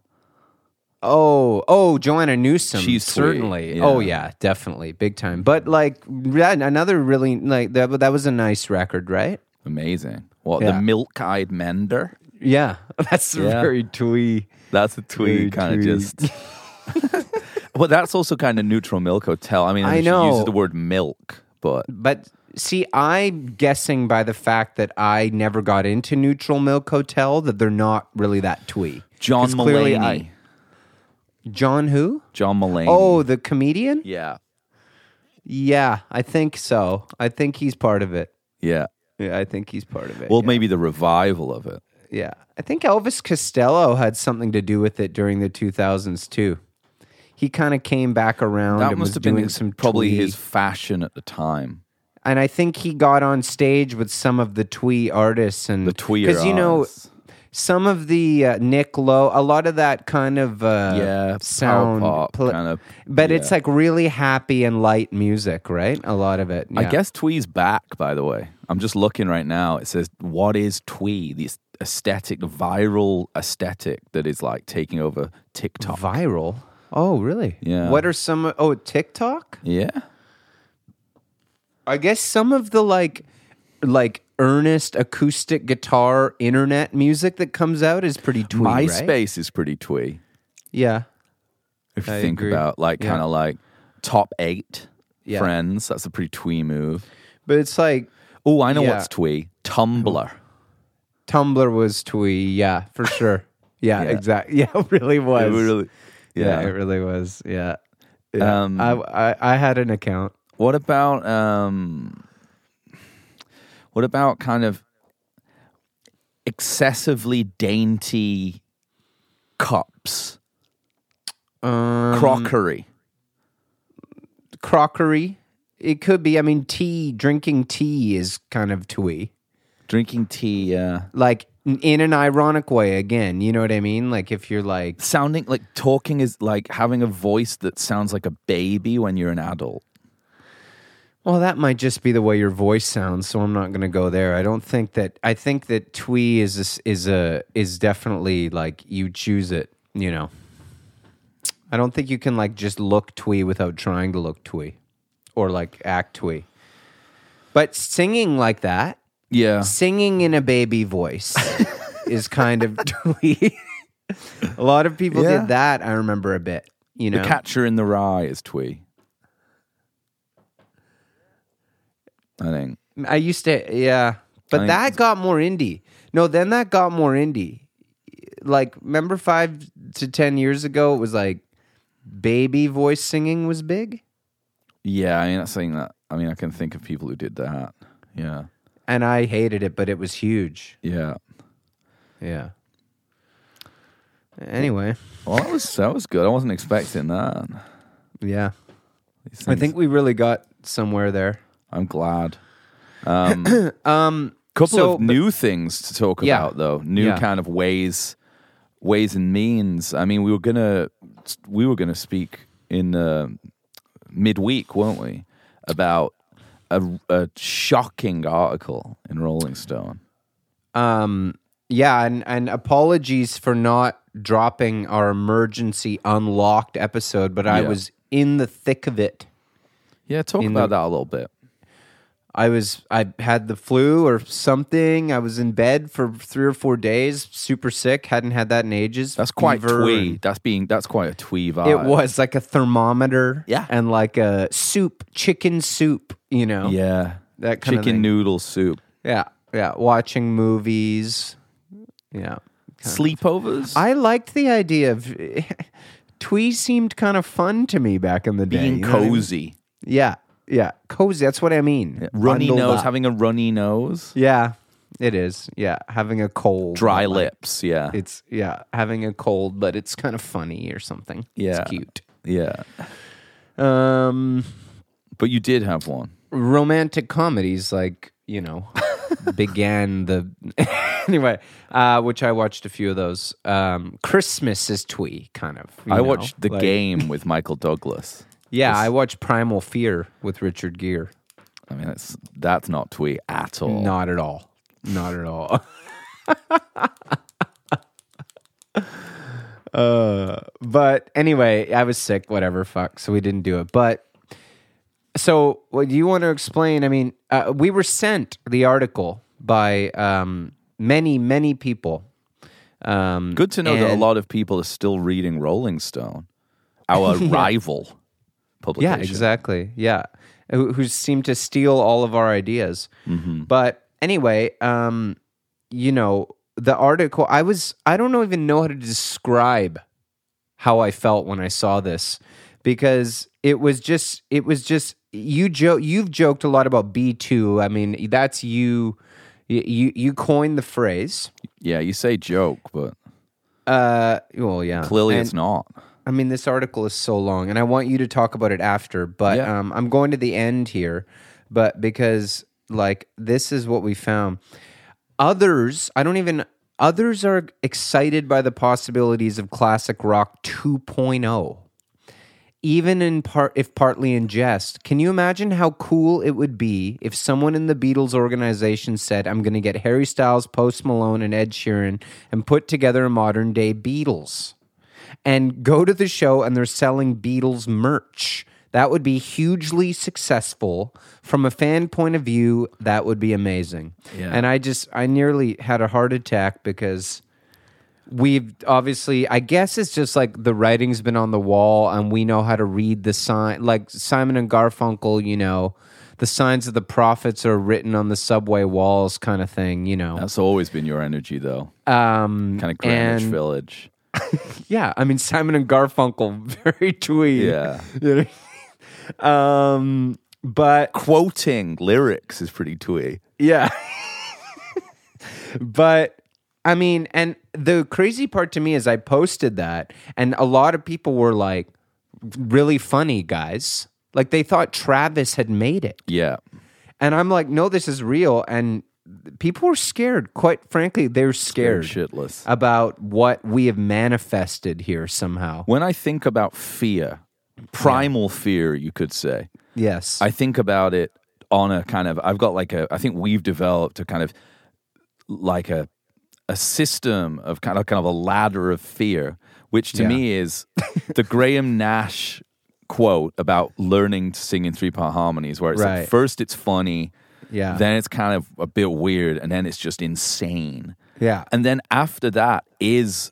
S2: Oh, oh, Joanna Newsom.
S1: She's sweet,
S2: certainly.
S1: yeah.
S2: Oh yeah, definitely, big time. But like, yeah, another really like that. That was a nice record, right?
S1: Amazing. What
S2: Yeah.
S1: the milk-eyed mender?
S2: Yeah, that's
S1: Yeah.
S2: very twee.
S1: That's a
S2: Very
S1: twee kind of
S2: twee.
S1: just. but that's also kind of neutral milk hotel. I mean,
S2: I
S1: she
S2: know.
S1: uses the word milk, but
S2: But see, I'm guessing by the fact that I never got into Neutral Milk Hotel that they're not really that twee.
S1: John
S2: 'Cause clearly
S1: Mulaney.
S2: I- John who?
S1: John Mulaney.
S2: Oh, the comedian?
S1: yeah,
S2: Yeah, I think so. I think he's part of it.
S1: yeah.
S2: Yeah, I think he's part of it.
S1: Well,
S2: yeah.
S1: maybe the revival of it.
S2: Yeah. I think Elvis Costello had something to do with it during the 2000s too. He kind of came back around
S1: That
S2: and
S1: must
S2: was
S1: have been
S2: doing
S1: his-
S2: some
S1: probably
S2: twee.
S1: his fashion at the time.
S2: and I think he got on stage with some of the twee artists and
S1: The uh, twee
S2: because you know
S1: artists.
S2: some of the uh, Nick Lowe, a lot of that kind of uh,
S1: Yeah, power
S2: sound,
S1: pop
S2: pla-
S1: kind of-
S2: but it's
S1: yeah.
S2: like really happy and light music, right? A lot of it.
S1: I
S2: yeah.
S1: guess Twee's back, by the way. I'm just looking right now. It says, What is Twee? This aesthetic, viral aesthetic that is like taking over TikTok.
S2: viral. Oh, really?
S1: Yeah.
S2: What are some? Oh, TikTok.
S1: yeah.
S2: I guess some of the like, like earnest acoustic guitar internet music that comes out is pretty twee, right?
S1: MySpace is pretty Twee.
S2: Yeah.
S1: If
S2: I
S1: you think
S2: agree.
S1: about like
S2: Yeah.
S1: kind of like top eight
S2: Yeah.
S1: friends, that's a pretty Twee move.
S2: But it's like
S1: Oh, I know
S2: Yeah.
S1: what's Twee. Tumblr.
S2: Tumblr was twee, yeah, for sure. Yeah,
S1: Yeah.
S2: exactly. Yeah, it really was.
S1: It really-
S2: yeah. it
S1: yeah.
S2: really was. Yeah. Yeah.
S1: Um,
S2: I, I I had an account.
S1: What about um what about kind of excessively dainty cups,
S2: Um,
S1: crockery?
S2: crockery. It could be. I mean, tea. Drinking tea is kind of twee.
S1: Drinking tea, uh
S2: Like n- in an ironic way. Again, you know what I mean. Like if you're like
S1: sounding like talking is like having a voice that sounds like a baby when you're an adult.
S2: Well, that might just be the way your voice sounds, so I'm not going to go there. I don't think that. I think that twee is a s is a is definitely like you choose it. You know, I don't think you can like just look twee without trying to look twee, or like act twee. But singing like that,
S1: Yeah.
S2: singing in a baby voice, is kind of twee. a lot of people
S1: Yeah.
S2: did that. I remember a bit. You know,
S1: The catcher in the rye is twee. I think.
S2: I used to, yeah. But
S1: I-
S2: that got more indie. No, then that got more indie. Like, remember five to 10 years ago, it was like baby voice singing was big.
S1: Yeah, I mean that's saying that I mean I can think of people who did that. Yeah.
S2: And I hated it, but it was huge.
S1: Yeah.
S2: Yeah. Anyway,
S1: Well, that was that was good. I wasn't expecting that.
S2: yeah.
S1: These
S2: I
S1: things-
S2: think we really got somewhere there.
S1: I'm glad. Um,
S2: Um,
S1: couple
S2: So,
S1: of
S2: but-
S1: new things to talk
S2: Yeah.
S1: about though. New
S2: Yeah.
S1: kind of ways, ways and means. I mean, we were gonna we were gonna speak in uh, midweek, weren't we, about a, a shocking article in Rolling Stone.
S2: um, yeah, and, and apologies for not dropping our emergency unlocked episode, but I
S1: Yeah.
S2: was in the thick of it.
S1: Yeah, talk
S2: In
S1: about
S2: the-
S1: that a little bit.
S2: I was I had the flu or something. I was in bed for three or four days, super sick. Hadn't had that in ages.
S1: That's quite
S2: Fever
S1: twee.
S2: and-
S1: that's being that's quite a twee vibe.
S2: It was like a thermometer,
S1: Yeah.
S2: and like a soup, chicken soup. You know,
S1: Yeah,
S2: that kind of
S1: chicken
S2: thing.
S1: noodle soup,
S2: yeah, yeah. Watching movies, yeah.
S1: sleepovers.
S2: I liked the idea of twee seemed kind of fun to me back in the day.
S1: being
S2: you know what I mean?
S1: cozy,
S2: yeah, yeah, cozy. That's what I mean.
S1: runny
S2: Bundled
S1: nose,
S2: up.
S1: having a runny nose.
S2: yeah, it is. Yeah, having a cold,
S1: dry
S2: but, like,
S1: lips. Yeah,
S2: It's yeah, having a cold, but it's kind of funny or something.
S1: Yeah.
S2: it's cute.
S1: yeah.
S2: Um,
S1: But you did have one.
S2: romantic comedies like you know began the anyway uh which i watched a few of those um christmas is twee kind of you
S1: I
S2: know,
S1: watched The
S2: like-
S1: Game with Michael Douglas.
S2: yeah i watched primal fear with richard gere
S1: I mean, that's that's not twee at all.
S2: not at all not at all uh but anyway i was sick whatever fuck so we didn't do it but so what do you want to explain i mean uh, we were sent the article by um, many many people um,
S1: Good to know that a
S2: and-
S1: lot of people are still reading Rolling Stone, our rival
S2: yeah
S1: publication.
S2: exactly yeah who, who seem to steal all of our ideas
S1: Mm-hmm.
S2: but anyway um, you know the article i was i don't know- even know how to describe how i felt when i saw this because it was just it was just you joke you've joked a lot about b2 i mean that's you you- you you coined the phrase
S1: Yeah, you say joke, but
S2: uh well yeah
S1: clearly
S2: And-
S1: it's not.
S2: I mean, this article is so long, and I want you to talk about it after, but
S1: Yeah.
S2: um, I'm going to the end here, but because like this is what we found. Others, I don't even. Others are excited by the possibilities of classic rock oh. 2.0, even in part, if partly in jest. Can you imagine how cool it would be if someone in the Beatles organization said, "I'm going to get Harry Styles, Post Malone, and Ed Sheeran, and put together a modern day Beatles." and go to the show and they're selling Beatles merch. That would be hugely successful. From a fan point of view, that would be amazing.
S1: Yeah.
S2: And I just, I nearly had a heart attack because we've obviously, I guess it's just like the writing's been on the wall and we know how to read the sign. Like Simon and Garfunkel, you know, the signs of the prophets are written on the subway walls kind of thing, you know.
S1: That's always been your energy, though.
S2: Um,
S1: Kind of Greenwich
S2: and-
S1: Village.
S2: yeah, I mean Simon and Garfunkel, very twee.
S1: Yeah.
S2: You know? um, but
S1: Quoting lyrics is pretty twee.
S2: yeah, but I mean, and the crazy part to me is I posted that, and a lot of people were like, "Really funny, guys!" Like they thought Travis had made it.
S1: Yeah.
S2: And I'm like, no, this is real. And people were scared. Quite frankly, they're
S1: They're
S2: scared
S1: shitless.
S2: about what we have manifested here somehow.
S1: When I think about fear, primal fear, you could say,
S2: Yes.
S1: I think about it on a kind of I've got like a I think we've developed a kind of like a a system of kind of kind of a ladder of fear, which to
S2: Yeah.
S1: me is the Graham Nash quote about learning to sing in three part harmonies, where it's like
S2: Right.
S1: first it's funny,
S2: yeah.
S1: then it's kind of a bit weird, and then it's just insane.
S2: yeah.
S1: And then after that is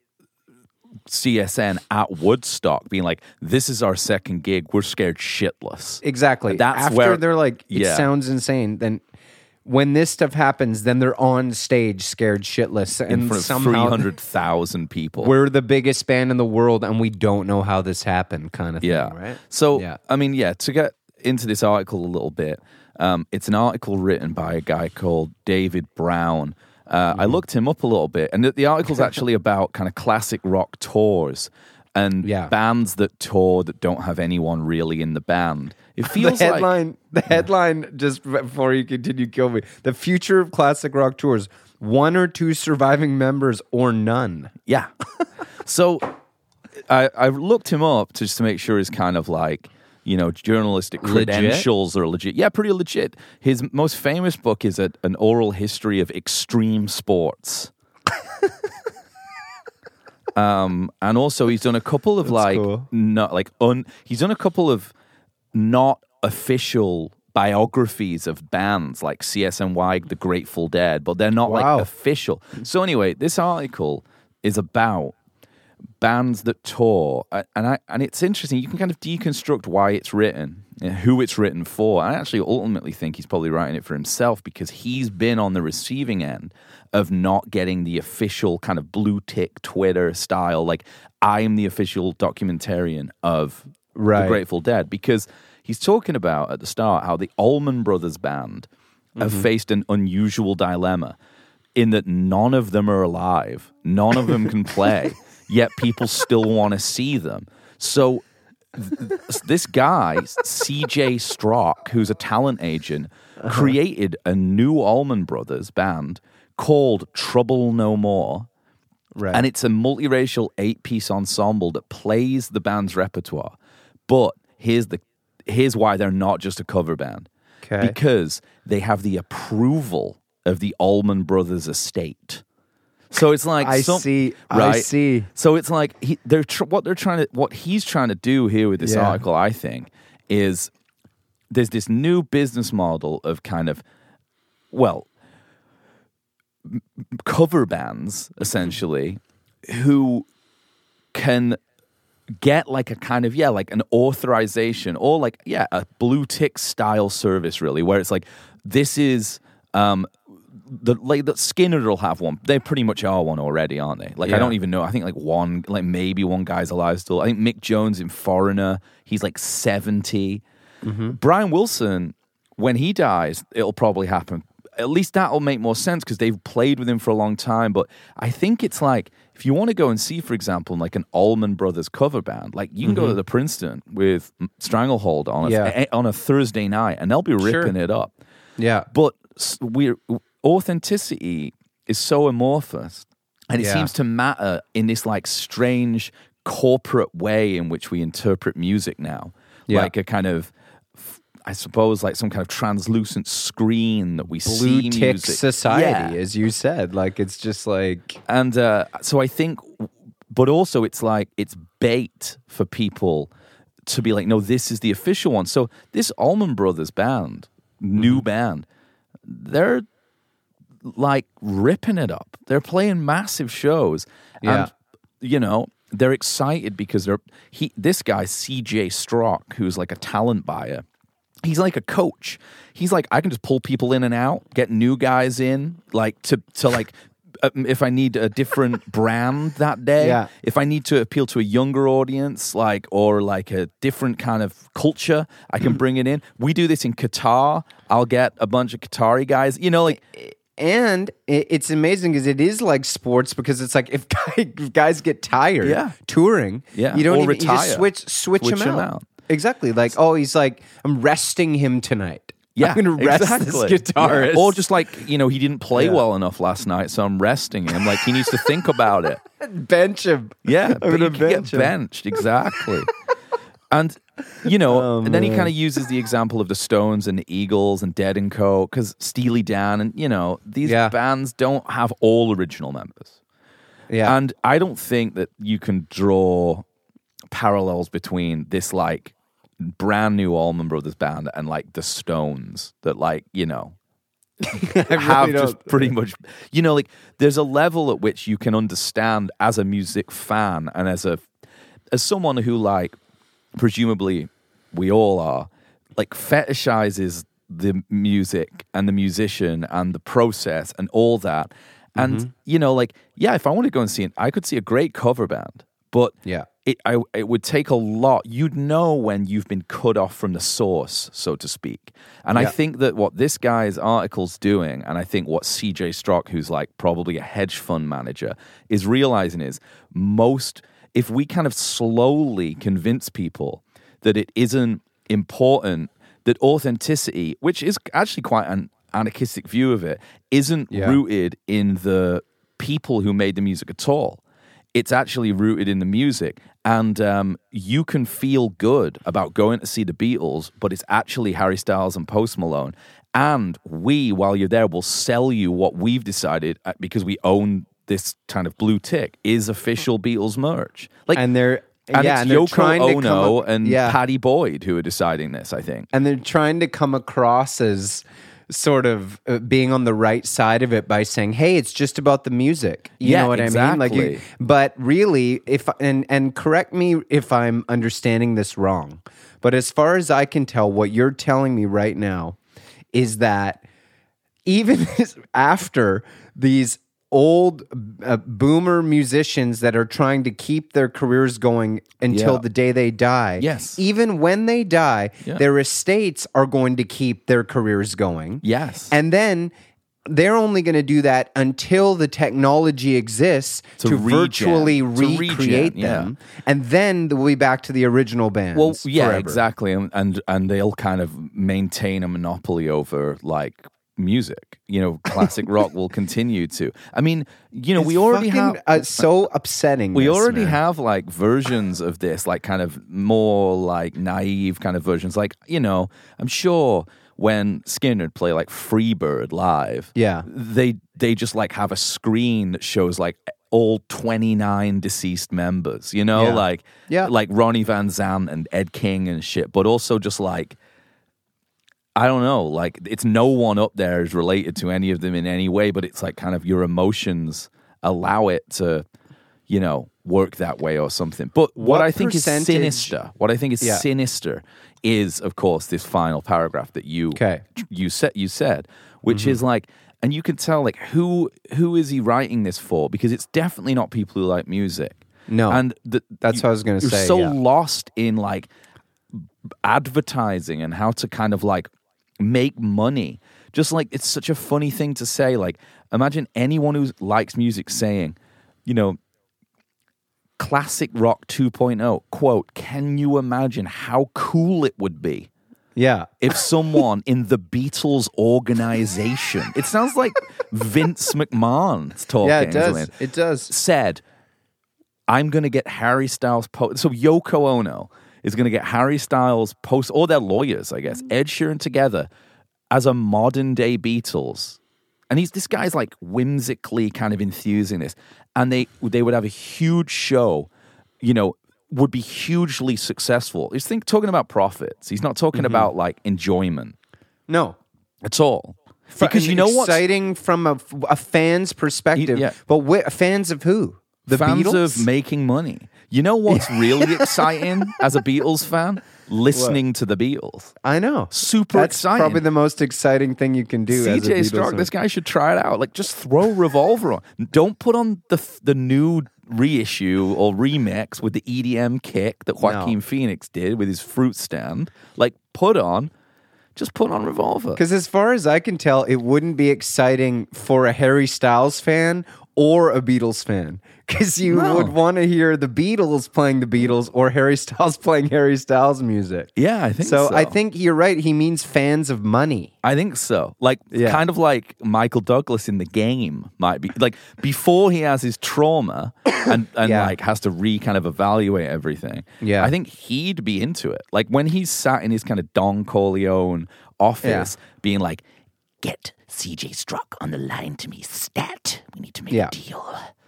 S1: CSN at Woodstock being like, this is our second gig. We're scared shitless.
S2: Exactly.
S1: That's
S2: After
S1: where-
S2: they're like, it
S1: yeah.
S2: sounds insane. Then when this stuff happens, then they're on stage scared shitless. And
S1: in front of
S2: somehow
S1: 300,000 people.
S2: we're the biggest band in the world and we don't know how this happened kind of
S1: yeah.
S2: thing, right?
S1: So,
S2: Yeah.
S1: I mean, yeah, to get into this article a little bit, um, it's an article written by a guy called David Brown. Uh,
S2: Mm-hmm.
S1: I looked him up a little bit, and the, the article's actually about kind of classic rock tours and
S2: Yeah.
S1: bands that tour that don't have anyone really in the band. It feels
S2: the
S1: like
S2: headline the headline just before you continue kill me the future of classic rock tours one or two surviving members or none
S1: Yeah. so I, I looked him up just to make sure his kind of like, you know, journalistic
S2: Legit?
S1: credentials are legit. Yeah, pretty legit. His most famous book is a, an oral history of extreme sports. um, and also he's done a couple of like
S2: cool.
S1: not like un he's done a couple of not official biographies of bands like CSNY, The Grateful Dead, but they're not
S2: Wow.
S1: like official. So anyway, this article is about bands that tour, a- and I and it's interesting. You can kind of deconstruct why it's written, and who it's written for. I actually ultimately think he's probably writing it for himself because he's been on the receiving end of not getting the official kind of blue tick Twitter style. Like I'm the official documentarian of
S2: Right.
S1: the Grateful Dead because he's talking about at the start how the Allman Brothers band have faced an unusual dilemma in that none of them are alive, none of them can play, yet people still want to see them. So th- this guy, CJ Strock, who's a talent agent,
S2: Uh-huh.
S1: created a new Allman Brothers band called Trouble No More.
S2: right
S1: And it's a multiracial eight piece ensemble that plays the band's repertoire. But here's the here's why they're not just a cover band.
S2: Okay.
S1: Because they have the approval of the Allman Brothers estate. So it's like
S2: I
S1: some-
S2: see, I
S1: Right?
S2: see.
S1: So it's like he, they're tr- what they're trying to what he's trying to do here with this
S2: Yeah.
S1: article, I think, is there's this new business model of kind of well m- m- cover bands essentially who can get like a kind of yeah like an authorization or like yeah a blue tick style service really where it's like this is um the like the Skinner will have one. They pretty much are one already, aren't they? Like
S2: Yeah.
S1: I don't even know. I think like one, like maybe one guy's alive still. I think Mick Jones in Foreigner, he's like 70
S2: Mm-hmm.
S1: Brian Wilson, when he dies, it'll probably happen. At least that'll make more sense because they've played with him for a long time. But I think it's like if you want to go and see, for example, like an Allman Brothers cover band, like you can go to the Princeton with Stranglehold on a, eh,
S2: Mm-hmm. Yeah.
S1: on a Thursday night, and they'll be ripping it up.
S2: yeah
S1: But s- we're authenticity is so amorphous, and it
S2: Yeah.
S1: seems to matter in this like strange corporate way in which we interpret music now,
S2: Yeah.
S1: like a kind of. f- I suppose like some kind of translucent screen that we
S2: blue
S1: see
S2: tick
S1: music.
S2: society
S1: Yeah.
S2: as you said like it's just like
S1: And uh, so I think, but also it's like it's bait for people to be like, no, this is the official one. So this Allman Brothers band, new band, they're like ripping it up. They're playing massive shows.
S2: Yeah.
S1: And, you know, they're excited because they're, he, this guy, CJ Strock, who's like a talent buyer, he's like a coach. He's like, I can just pull people in and out, get new guys in, like to to like. um, If I need a different brand that day,
S2: Yeah.
S1: if I need to appeal to a younger audience, like or like a different kind of culture, I can bring it in. We do this in Qatar. I'll get a bunch of Qatari guys. You know, like
S2: and i- it's amazing because it is like sports because it's like if, guy, if guys get tired
S1: Yeah.
S2: touring,
S1: Yeah,
S2: you don't
S1: or
S2: even, you just
S1: retire.
S2: switch switch,
S1: Switch
S2: him,
S1: him
S2: out.
S1: out.
S2: exactly. Like oh, he's like I'm resting him tonight.
S1: Yeah,
S2: I'm gonna rest
S1: exactly.
S2: this guitarist.
S1: Yeah. Or just like you know, he didn't play
S2: Yeah.
S1: well enough last night, so I'm resting him. Like he needs to think about it.
S2: bench him.
S1: Yeah,
S2: I'm
S1: but
S2: gonna
S1: you can
S2: bench
S1: get
S2: him.
S1: benched exactly. and you know, and then he kind of uses the example of the Stones and the Eagles and Dead and Co. Because Steely Dan and you know these
S2: Yeah.
S1: bands don't have all original members,
S2: Yeah,
S1: and I don't think that you can draw parallels between this like brand new Allman Brothers band and like the Stones that like you know
S2: I really
S1: have
S2: don't-
S1: just pretty much you know like there's a level at which you can understand as a music fan and as a as someone who like presumably we all are like fetishizes the music and the musician and the process and all that
S2: Mm-hmm.
S1: and you know like yeah if i want to go and see it i could see a great cover band but
S2: yeah.
S1: it, I, it would take a lot. You'd know when you've been cut off from the source, so to speak. And I
S2: Yeah.
S1: think that what this guy's article's doing, and I think what CJ Strock, who's like probably a hedge fund manager, is realizing is most, if we kind of slowly convince people that it isn't important, that authenticity, which is actually quite an anarchistic view of it, isn't
S2: Yeah.
S1: rooted in the people who made the music at all it's actually rooted in the music. And um, you can feel good about going to see the Beatles, but it's actually Harry Styles and Post Malone. And we, while you're there, will sell you what we've decided uh, because we own this kind of blue tick is official Beatles merch. Like,
S2: And they're-
S1: and
S2: yeah,
S1: it's
S2: and they're
S1: Yoko
S2: trying to come
S1: Ono
S2: up-
S1: and
S2: yeah.
S1: Patty Boyd who are deciding this. I think.
S2: and they're trying to come across as sort of uh, being on the right side of it by saying hey it's just about the music you
S1: Yeah,
S2: know what i mean like
S1: exactly.
S2: you, but really if and and correct me if i'm understanding this wrong but as far as i can tell what you're telling me right now is that even after these old uh, boomer musicians that are trying to keep their careers going until
S1: Yeah.
S2: the day they die
S1: Yes.
S2: even when they die
S1: Yeah.
S2: their estates are going to keep their careers going
S1: Yes.
S2: and then they're only going to do that until the technology exists
S1: To
S2: to,
S1: regen.
S2: virtually
S1: To regen,
S2: recreate
S1: yeah.
S2: them and then we'll be back to the original bands
S1: Well, yeah,
S2: forever.
S1: exactly, and, and and they'll kind of maintain a monopoly over like music. You know, classic rock will continue to. I mean, you know,
S2: It's
S1: we already
S2: fucking,
S1: have
S2: uh, so upsetting
S1: we
S2: this,
S1: already
S2: man.
S1: have like versions of this, like kind of more like naive kind of versions. Like you know, I'm sure when Skinner would play like Freebird live,
S2: Yeah.
S1: they they just like have a screen that shows like all 29 deceased members. You know,
S2: Yeah.
S1: like
S2: Yeah.
S1: like Ronnie Van Zant and Ed King and shit, but also just like. I don't know, like it's no one up there is related to any of them in any way, but it's like kind of your emotions allow it to, you know, work that way or something. But what,
S2: What
S1: I think is
S2: percentage-
S1: sinister, what I think is
S2: Yeah.
S1: sinister is of course this final paragraph that you
S2: Okay. Mm-hmm.
S1: you said you said, which is like and you can tell like who who is he writing this for? Because it's definitely not people who like music.
S2: No.
S1: And the,
S2: That's
S1: you-
S2: what I was gonna
S1: you're
S2: say,
S1: so
S2: yeah.
S1: lost in like advertising and how to kind of like make money. Just like it's such a funny thing to say. Like, imagine anyone who likes music saying, you know, classic rock 2.0, quote, can you imagine how cool it would be?
S2: yeah
S1: if someone in the Beatles organization, it sounds like Vince McMahon's talking.
S2: yeah it does
S1: isn't it?
S2: it does
S1: Said, I'm going to get Harry Styles post. So Yoko Ono is going to get Harry Styles post, or their lawyers, I guess, Ed Sheeran together as a modern day Beatles. And he's this guy's like whimsically kind of enthusing this, and they they would have a huge show, you know, would be hugely successful. He's think talking about profits. He's not talking about like enjoyment
S2: no
S1: at all.
S2: Fr-
S1: because you know what?
S2: exciting from a, a fan's perspective
S1: yeah.
S2: but wh- fans of who the
S1: fans
S2: Beatles?
S1: of making money. You know what's really exciting as a Beatles fan? Listening to the Beatles.
S2: I know.
S1: Super
S2: That's
S1: exciting.
S2: Probably the most exciting thing you can do. as a
S1: CJ
S2: Beatles
S1: Stark,
S2: fan.
S1: this guy should try it out. Like, just throw Revolver on. Don't put on the the new reissue or remix with the EDM kick that Joaquin Phoenix did with his fruit stand. Like, put on, just put on Revolver.
S2: Because as far as I can tell, it wouldn't be exciting for a Harry Styles fan or a Beatles fan. Because you
S1: No.
S2: would want to hear the Beatles playing the Beatles or Harry Styles playing Harry Styles music.
S1: Yeah, I think so.
S2: So, I think you're right. He means fans of money.
S1: I think so. Like
S2: Yeah.
S1: kind of like Michael Douglas in the game might be like before he has his trauma and, and
S2: Yeah.
S1: like has to re kind of evaluate everything.
S2: Yeah.
S1: I think he'd be into it. Like when he's sat in his kind of Don Corleone office being like, get CJ Struck on the line to me, stat. We need to make
S2: Yeah.
S1: a deal.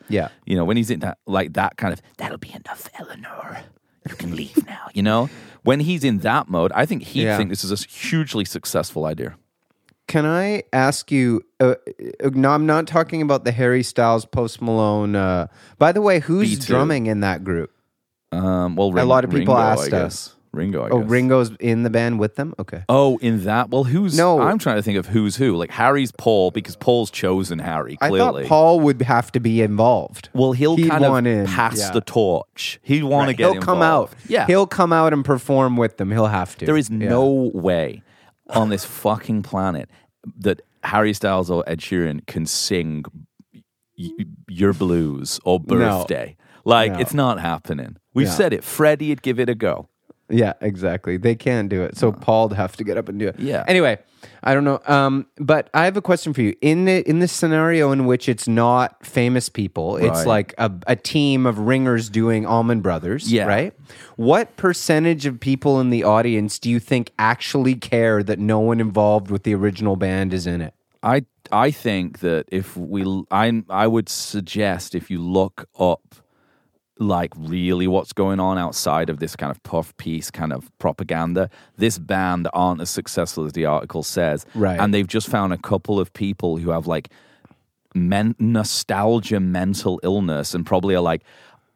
S2: Yeah.
S1: You know, when he's in that like that kind of that'll be enough, Eleanor. You can leave now, you know? When he's in that mode, I think he'd
S2: Yeah.
S1: think this is a hugely successful idea.
S2: Can I ask you? Uh, uh, no, I'm not talking about the Harry Styles, Post Malone. Uh, by the way, who's
S1: B2.
S2: drumming in that group?
S1: Um, well, Ring,
S2: lot of people
S1: Ringo, I
S2: asked
S1: guess.
S2: us.
S1: Ringo, I
S2: Oh,
S1: guess.
S2: Ringo's in the band with them. Okay.
S1: Oh, in that? Well, who's.
S2: No.
S1: I'm trying to think of who's who. Like, Harry's Paul because Paul's chosen Harry,
S2: I
S1: clearly.
S2: thought Paul would have to be involved.
S1: well, he'll
S2: He'd
S1: kind of
S2: want in,
S1: pass
S2: yeah.
S1: the torch. He'd want to get
S2: He'll come out.
S1: involved. Yeah.
S2: He'll come out and perform with them. He'll have to.
S1: There is
S2: Yeah.
S1: no way on this fucking planet that Harry Styles or Ed Sheeran can sing y- your blues or birthday. Like
S2: No.
S1: it's not happening. We've
S2: Yeah.
S1: said it. Freddie'd give it a go.
S2: Yeah, exactly. They can't do it. So Paul'd have to get up and do it.
S1: Yeah.
S2: Anyway, I don't know. Um, but I have a question for you. In the in the scenario in which it's not famous people, it's
S1: Right.
S2: like a, a team of ringers doing Almond Brothers.
S1: Yeah.
S2: Right. What percentage of people in the audience do you think actually care that no one involved with the original band is in it?
S1: I I think that if we l- I I would suggest if you look up like really what's going on outside of this kind of puff piece kind of propaganda this band aren't as successful as the article says
S2: Right.
S1: and they've just found a couple of people who have like men- nostalgia mental illness and probably are like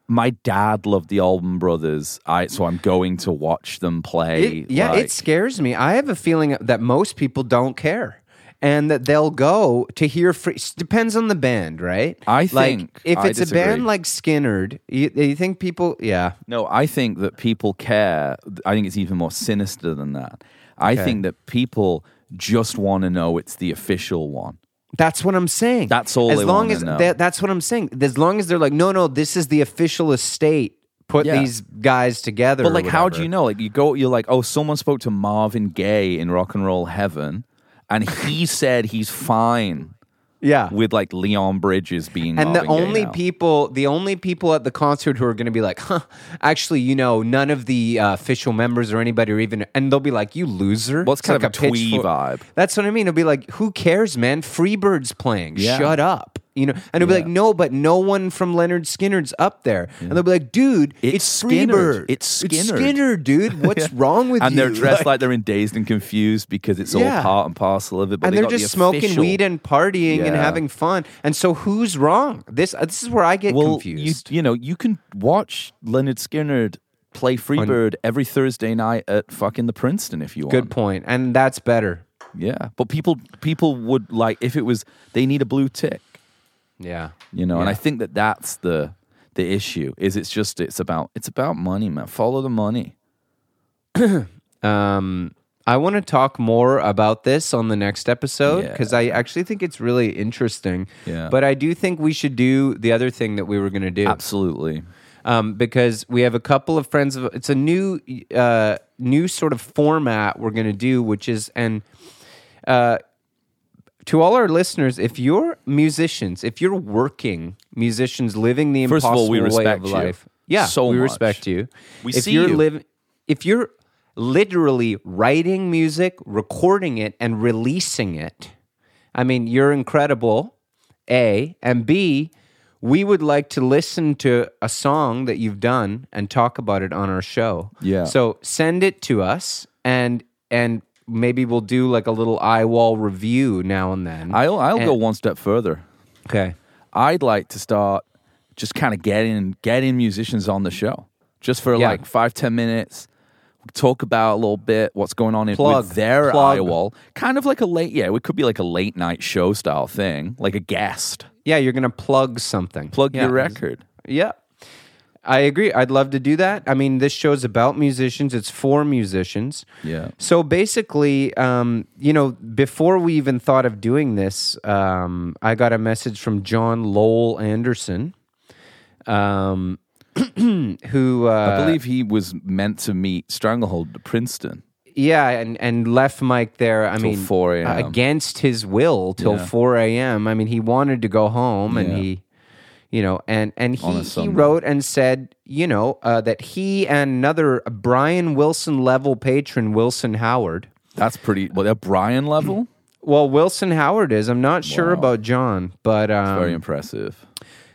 S1: my dad loved the Allman Brothers I so I'm going to watch them play
S2: It- yeah,
S1: like-
S2: it scares me. I have a feeling that most people don't care. And that they'll go to hear. Free, depends on the band, right?
S1: I
S2: like
S1: think-
S2: if
S1: I
S2: it's a band
S1: disagree.
S2: like Skinnerd, you, you think people? Yeah,
S1: No, I think that people care. I think it's even more sinister than that. I think that people just want to know it's the official one.
S2: that's what I'm saying.
S1: That's all
S2: As
S1: they
S2: long
S1: wanna
S2: as
S1: know.
S2: that- that's what I'm saying. As long as they're like, no, no, this is the official estate. Put
S1: Yeah.
S2: these guys together.
S1: But
S2: or
S1: like, how do
S2: whatever.
S1: you know? Like, you go, you're like, oh, someone spoke to Marvin Gaye in Rock and Roll Heaven, and he said he's fine
S2: Yeah,
S1: with like Leon Bridges being.
S2: And the
S1: Marvin Gaye
S2: only
S1: now.
S2: people, the only people at the concert who are going to be like, huh, actually, you know, none of the uh, official members or anybody or even, and they'll be like, you loser.
S1: Well, it's kind
S2: like
S1: of a twee
S2: pitchfork-
S1: vibe.
S2: That's what I mean. It'll be like, who cares, man? Freebird's playing.
S1: Yeah.
S2: Shut up. You know, and it'll be
S1: Yeah.
S2: like, no, but no one from Leonard Skinner's up there. And they'll be like, dude, it's,
S1: It's Skynyrd.
S2: Freebird.
S1: It's
S2: It's
S1: Skynyrd."
S2: Skinner, dude. What's wrong with
S1: and
S2: you?
S1: they're dressed like, they're in dazed and confused because it's
S2: Yeah.
S1: all part and parcel of it. But
S2: and
S1: they
S2: they're
S1: got the
S2: just smoking
S1: official-
S2: weed and partying and
S1: Yeah.
S2: having fun. And so who's wrong? This this is where I get confused.
S1: You, you know, you can watch Leonard Skinner play Freebird every Thursday night at fucking the Princeton if you want.
S2: Good point. And that's better.
S1: Yeah, but people people would like if it was they need a blue tick,
S2: Yeah.
S1: you know, and
S2: Yeah.
S1: I think that that's the the issue is it's just it's about it's about money, man. Follow the money.
S2: Um I want to talk more about this on the next episode
S1: Yeah.
S2: because I actually think it's really interesting.
S1: Yeah.
S2: But I do think we should do the other thing that we were going to do.
S1: Absolutely.
S2: um, because we have a couple of friends of it's a new uh, new sort of format we're going to do which is and uh, to all our listeners if you're musicians if you're working musicians living the
S1: First of
S2: impossible
S1: all, we
S2: way
S1: respect
S2: of
S1: you
S2: life yeah
S1: so
S2: we
S1: much.
S2: respect you
S1: We
S2: if
S1: see
S2: you're
S1: you.
S2: liv- if you're literally writing music recording it and releasing it I mean, you're incredible, A. And B, we would like to listen to a song that you've done and talk about it on our show.
S1: Yeah.
S2: So send it to us and and maybe we'll do like a little eye wall review now and then.
S1: I'll I'll
S2: And-
S1: go one step further.
S2: okay.
S1: I'd like to start just kind of getting getting musicians on the show, just for
S2: Yeah.
S1: like five ten minutes. Talk about a little bit what's going on in
S2: Plug.
S1: with their
S2: Plug.
S1: eye wall. Kind of like a late, yeah, it could be like a late night show style thing, like a guest.
S2: Yeah, you're gonna plug something.
S1: Plug
S2: Yeah.
S1: your record.
S2: Yeah. I agree. I'd love to do that. I mean, this show's about musicians, it's for musicians.
S1: Yeah.
S2: So basically, um, you know, before we even thought of doing this, um, I got a message from John Lowell Anderson, um, who uh,
S1: I believe he was meant to meet Stranglehold at Princeton.
S2: yeah, and, and left Mike there. I mean, uh,
S1: 4 a.m..
S2: against his will till
S1: Yeah.
S2: four a.m. I mean, he wanted to go home, and
S1: Yeah.
S2: he, you know, and and
S1: On
S2: he,
S1: a
S2: he
S1: Sunday.
S2: wrote and said, you know, uh, that he and another Brian Wilson level patron, Wilson Howard.
S1: That's pretty, well, they're Brian level.
S2: Well, Wilson Howard is. I'm not sure
S1: Wow.
S2: about John, but um,
S1: Very impressive.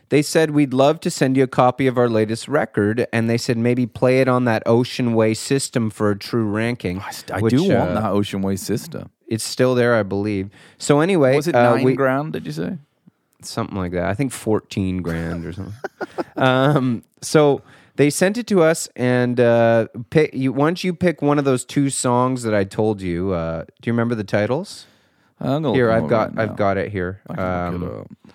S2: they said we'd love to send you a copy of our latest record, and they said maybe play it on that Ocean Way system for a true ranking.
S1: I, st- I
S2: which,
S1: do want
S2: uh,
S1: that Ocean Way system.
S2: It's still there, I believe. So anyway,
S1: Was it
S2: uh,
S1: nine
S2: we-
S1: grand, did you say?
S2: something like that. I think fourteen grand or something. um, so They sent it to us, and uh, pick, you, once you pick one of those two songs that I told you, uh, do you remember the titles?
S1: I'm gonna
S2: Here,
S1: look 'em
S2: I've
S1: up
S2: got,
S1: right now.
S2: I've got it here.
S1: I can look it
S2: Um,
S1: up.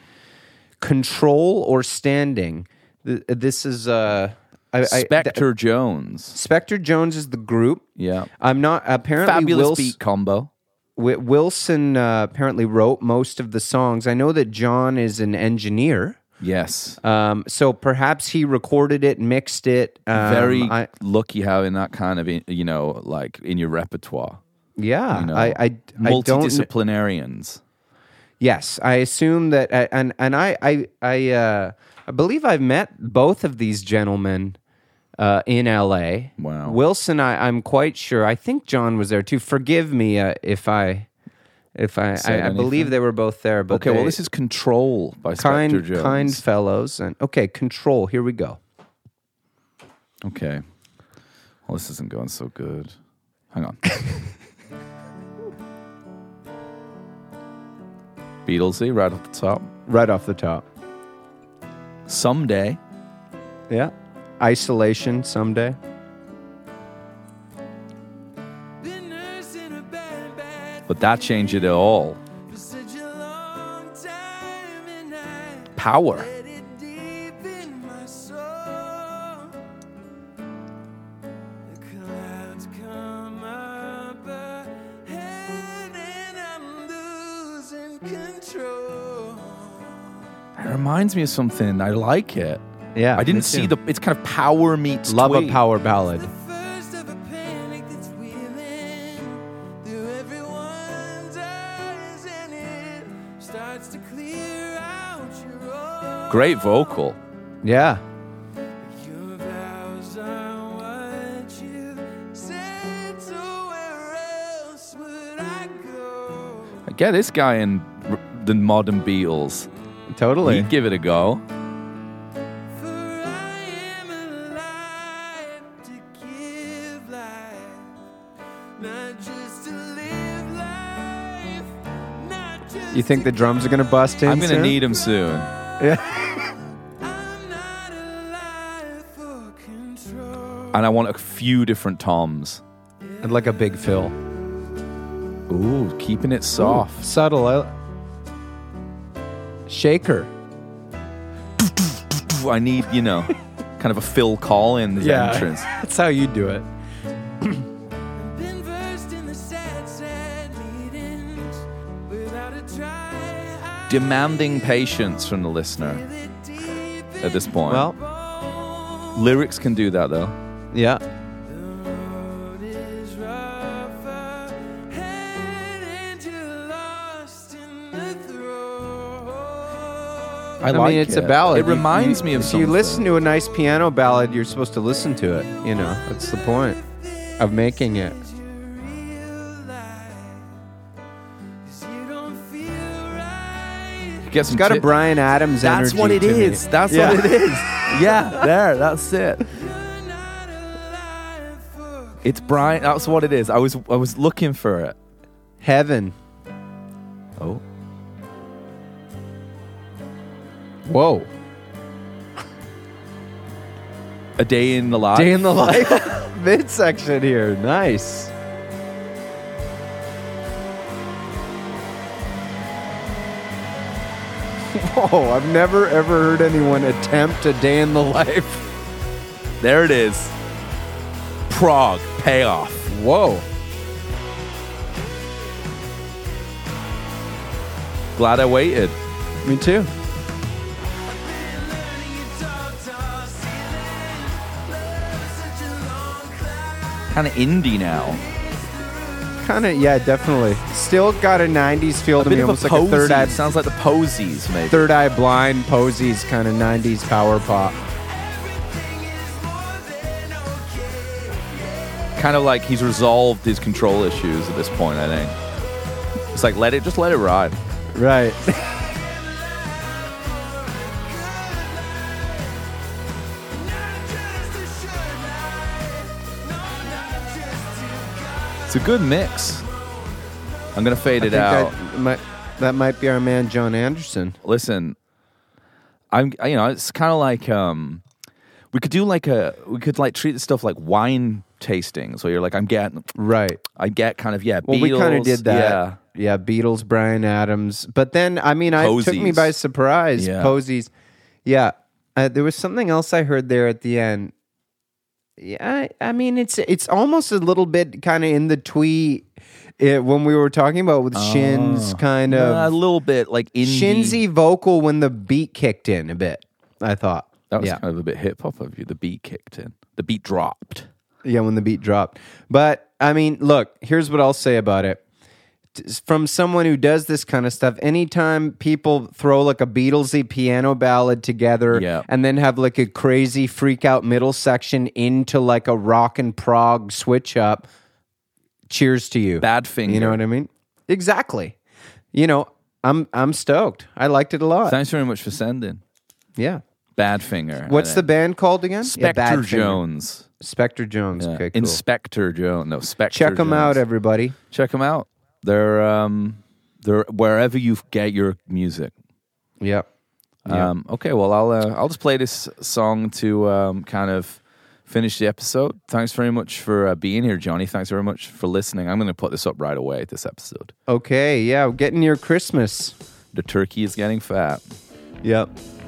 S2: Control or standing. Th- This is uh, I, I- th-
S1: Spectre Jones.
S2: Spectre Jones is the group.
S1: Yeah.
S2: I'm not apparently
S1: Fabulous
S2: Wils-
S1: beat combo.
S2: Wi- Wilson uh, apparently wrote most of the songs. I know that John is an engineer.
S1: Yes.
S2: Um, so perhaps he recorded it, mixed it. Um,
S1: Very
S2: I,
S1: lucky having that kind of, in- you know, like in your repertoire.
S2: yeah.
S1: You know,
S2: I, I, I don't. kn-
S1: multidisciplinarians.
S2: Yes, I assume that, I- and and I I I, uh, I believe I've met both of these gentlemen uh, in L.A.
S1: Wow.
S2: Wilson, I, I'm quite sure. I think John was there too. Forgive me uh, if I if I
S1: Said
S2: I, I believe
S1: anything?
S2: they were both there. But
S1: Okay, well,
S2: they-
S1: this is Control by
S2: kind
S1: Spectre Jones.
S2: kind fellows, and okay, control. Here we go.
S1: Okay. Well, this isn't going so good. Hang on. Beatlesy right off the top.
S2: Right off the top.
S1: Someday.
S2: Yeah. Isolation someday.
S1: But that changed it all. Power. It reminds me of something. I like it.
S2: Yeah.
S1: I
S2: me
S1: didn't see
S2: too.
S1: the. It's kind of power meets
S2: love
S1: twee.
S2: a power ballad.
S4: Starts to clear out your own.
S1: Great vocal.
S2: Yeah.
S4: Your vows are what you said, so where else would I go?
S1: Get this guy in r- the modern Beatles.
S2: Totally.
S1: He'd give it a go.
S4: For I am alive to give life, not just to live life, not just
S2: You think the drums are gonna bust in?
S1: I'm gonna
S2: soon?
S1: need him soon.
S4: I'm not alive for control.
S1: And I want a few different toms.
S2: I'd like a big fill.
S1: Ooh, keeping it soft.
S2: Subtle. I... Shaker.
S1: Ooh, I need, you know, kind of a Phil Collins entrance.
S2: That's how you do it.
S4: Been versed in the sad, sad meetings without a try. I
S1: Demanding patience from the listener
S4: feel it deep in
S1: at this point.
S2: Well,
S4: bone.
S1: lyrics can do that though.
S2: yeah.
S4: road is rougher, and you're lost in the throes.
S1: I,
S2: I,
S1: like
S2: mean, it's
S1: it.
S2: a ballad.
S1: It
S2: You-
S1: reminds
S2: you-
S1: me of
S2: if
S1: something.
S2: you listen to a nice piano ballad, you're supposed to listen to it. You know, that's the point of making it.
S4: As you realize, 'cause you don't feel right.
S1: Get some
S2: It's got a
S1: ti-
S2: Brian Adams
S1: That's
S2: energy.
S1: what it
S2: to me.
S1: is. That's
S2: Yeah.
S1: what it is. Yeah, there. That's it.
S4: You're not alive for
S1: It's Brian. That's what it is. I was I was looking for it.
S2: Heaven.
S1: Oh,
S2: Whoa.
S1: a day in the life.
S2: Day in the life midsection here. Nice. Whoa, I've never ever heard anyone attempt a day in the life.
S1: There it is. Prague payoff.
S2: Whoa.
S1: Glad I waited.
S2: Me too.
S1: Kind of indie now.
S2: Kind of, yeah, definitely. Still got a 90s feel
S1: A
S2: to
S1: bit
S2: me,
S1: of a
S2: almost like a
S1: posy.
S2: third eye,
S1: Sounds like the Posies, maybe.
S2: third eye blind posies kind of 90s power pop.
S1: kind of like he's resolved his control issues at this point. I think it's like let it, just let it ride.
S2: Right.
S1: It's a good mix. I'm gonna fade it out.
S2: That might, that might be our man, John Anderson.
S1: Listen, I'm you know it's kind of like um We could do like a we could like treat this stuff like wine tasting. So you're like, I'm getting
S2: Right.
S1: I get kind of yeah.
S2: Well, we kind of
S1: Beatles,
S2: did
S1: Yeah.
S2: that. Yeah. Beatles, Brian Adams. But then, I mean, I it took me
S1: Posies.
S2: by surprise.
S1: Yeah.
S2: Posies. Yeah. Uh, there was something else I heard there at the end. Yeah, I, I mean, it's it's almost a little bit kind of in the twee it, when we were talking about with Shins, kind of
S1: Uh, a little bit Ah. like indie.
S2: Shinsy vocal when the beat kicked in a bit. I thought
S1: That was
S2: yeah.
S1: kind of a bit hip hop of you. The beat kicked in. The beat dropped.
S2: Yeah, when the beat dropped. But I mean, look, here's what I'll say about it. T- From someone who does this kind of stuff, anytime people throw like a Beatlesy piano ballad together
S1: Yeah.
S2: and then have like a crazy freak out middle section into like a rock and prog switch up, cheers to you.
S1: Bad finger.
S2: You know what I mean? Exactly. You know, I'm I'm stoked. I liked it a lot.
S1: Thanks very much for sending.
S2: yeah.
S1: Bad finger.
S2: What's the band called again? Yeah,
S1: eh. Spectre
S2: Badfinger.
S1: Jones?
S2: Spectre Jones.
S1: Yeah.
S2: Okay, cool.
S1: Inspector Jones. No, Spectre.
S2: Check them out,
S1: Jones.
S2: everybody.
S1: Check them out. They're um, they're wherever you get your music.
S2: Yeah. Yeah.
S1: Um, okay, well, I'll uh, I'll just play this song to um, kind of finish the episode. Thanks very much for uh, being here, Johnny. Thanks very much for listening. I'm going to put this up right away. This episode,
S2: Okay, yeah, we're getting near Christmas.
S1: the turkey is getting fat.
S2: Yep.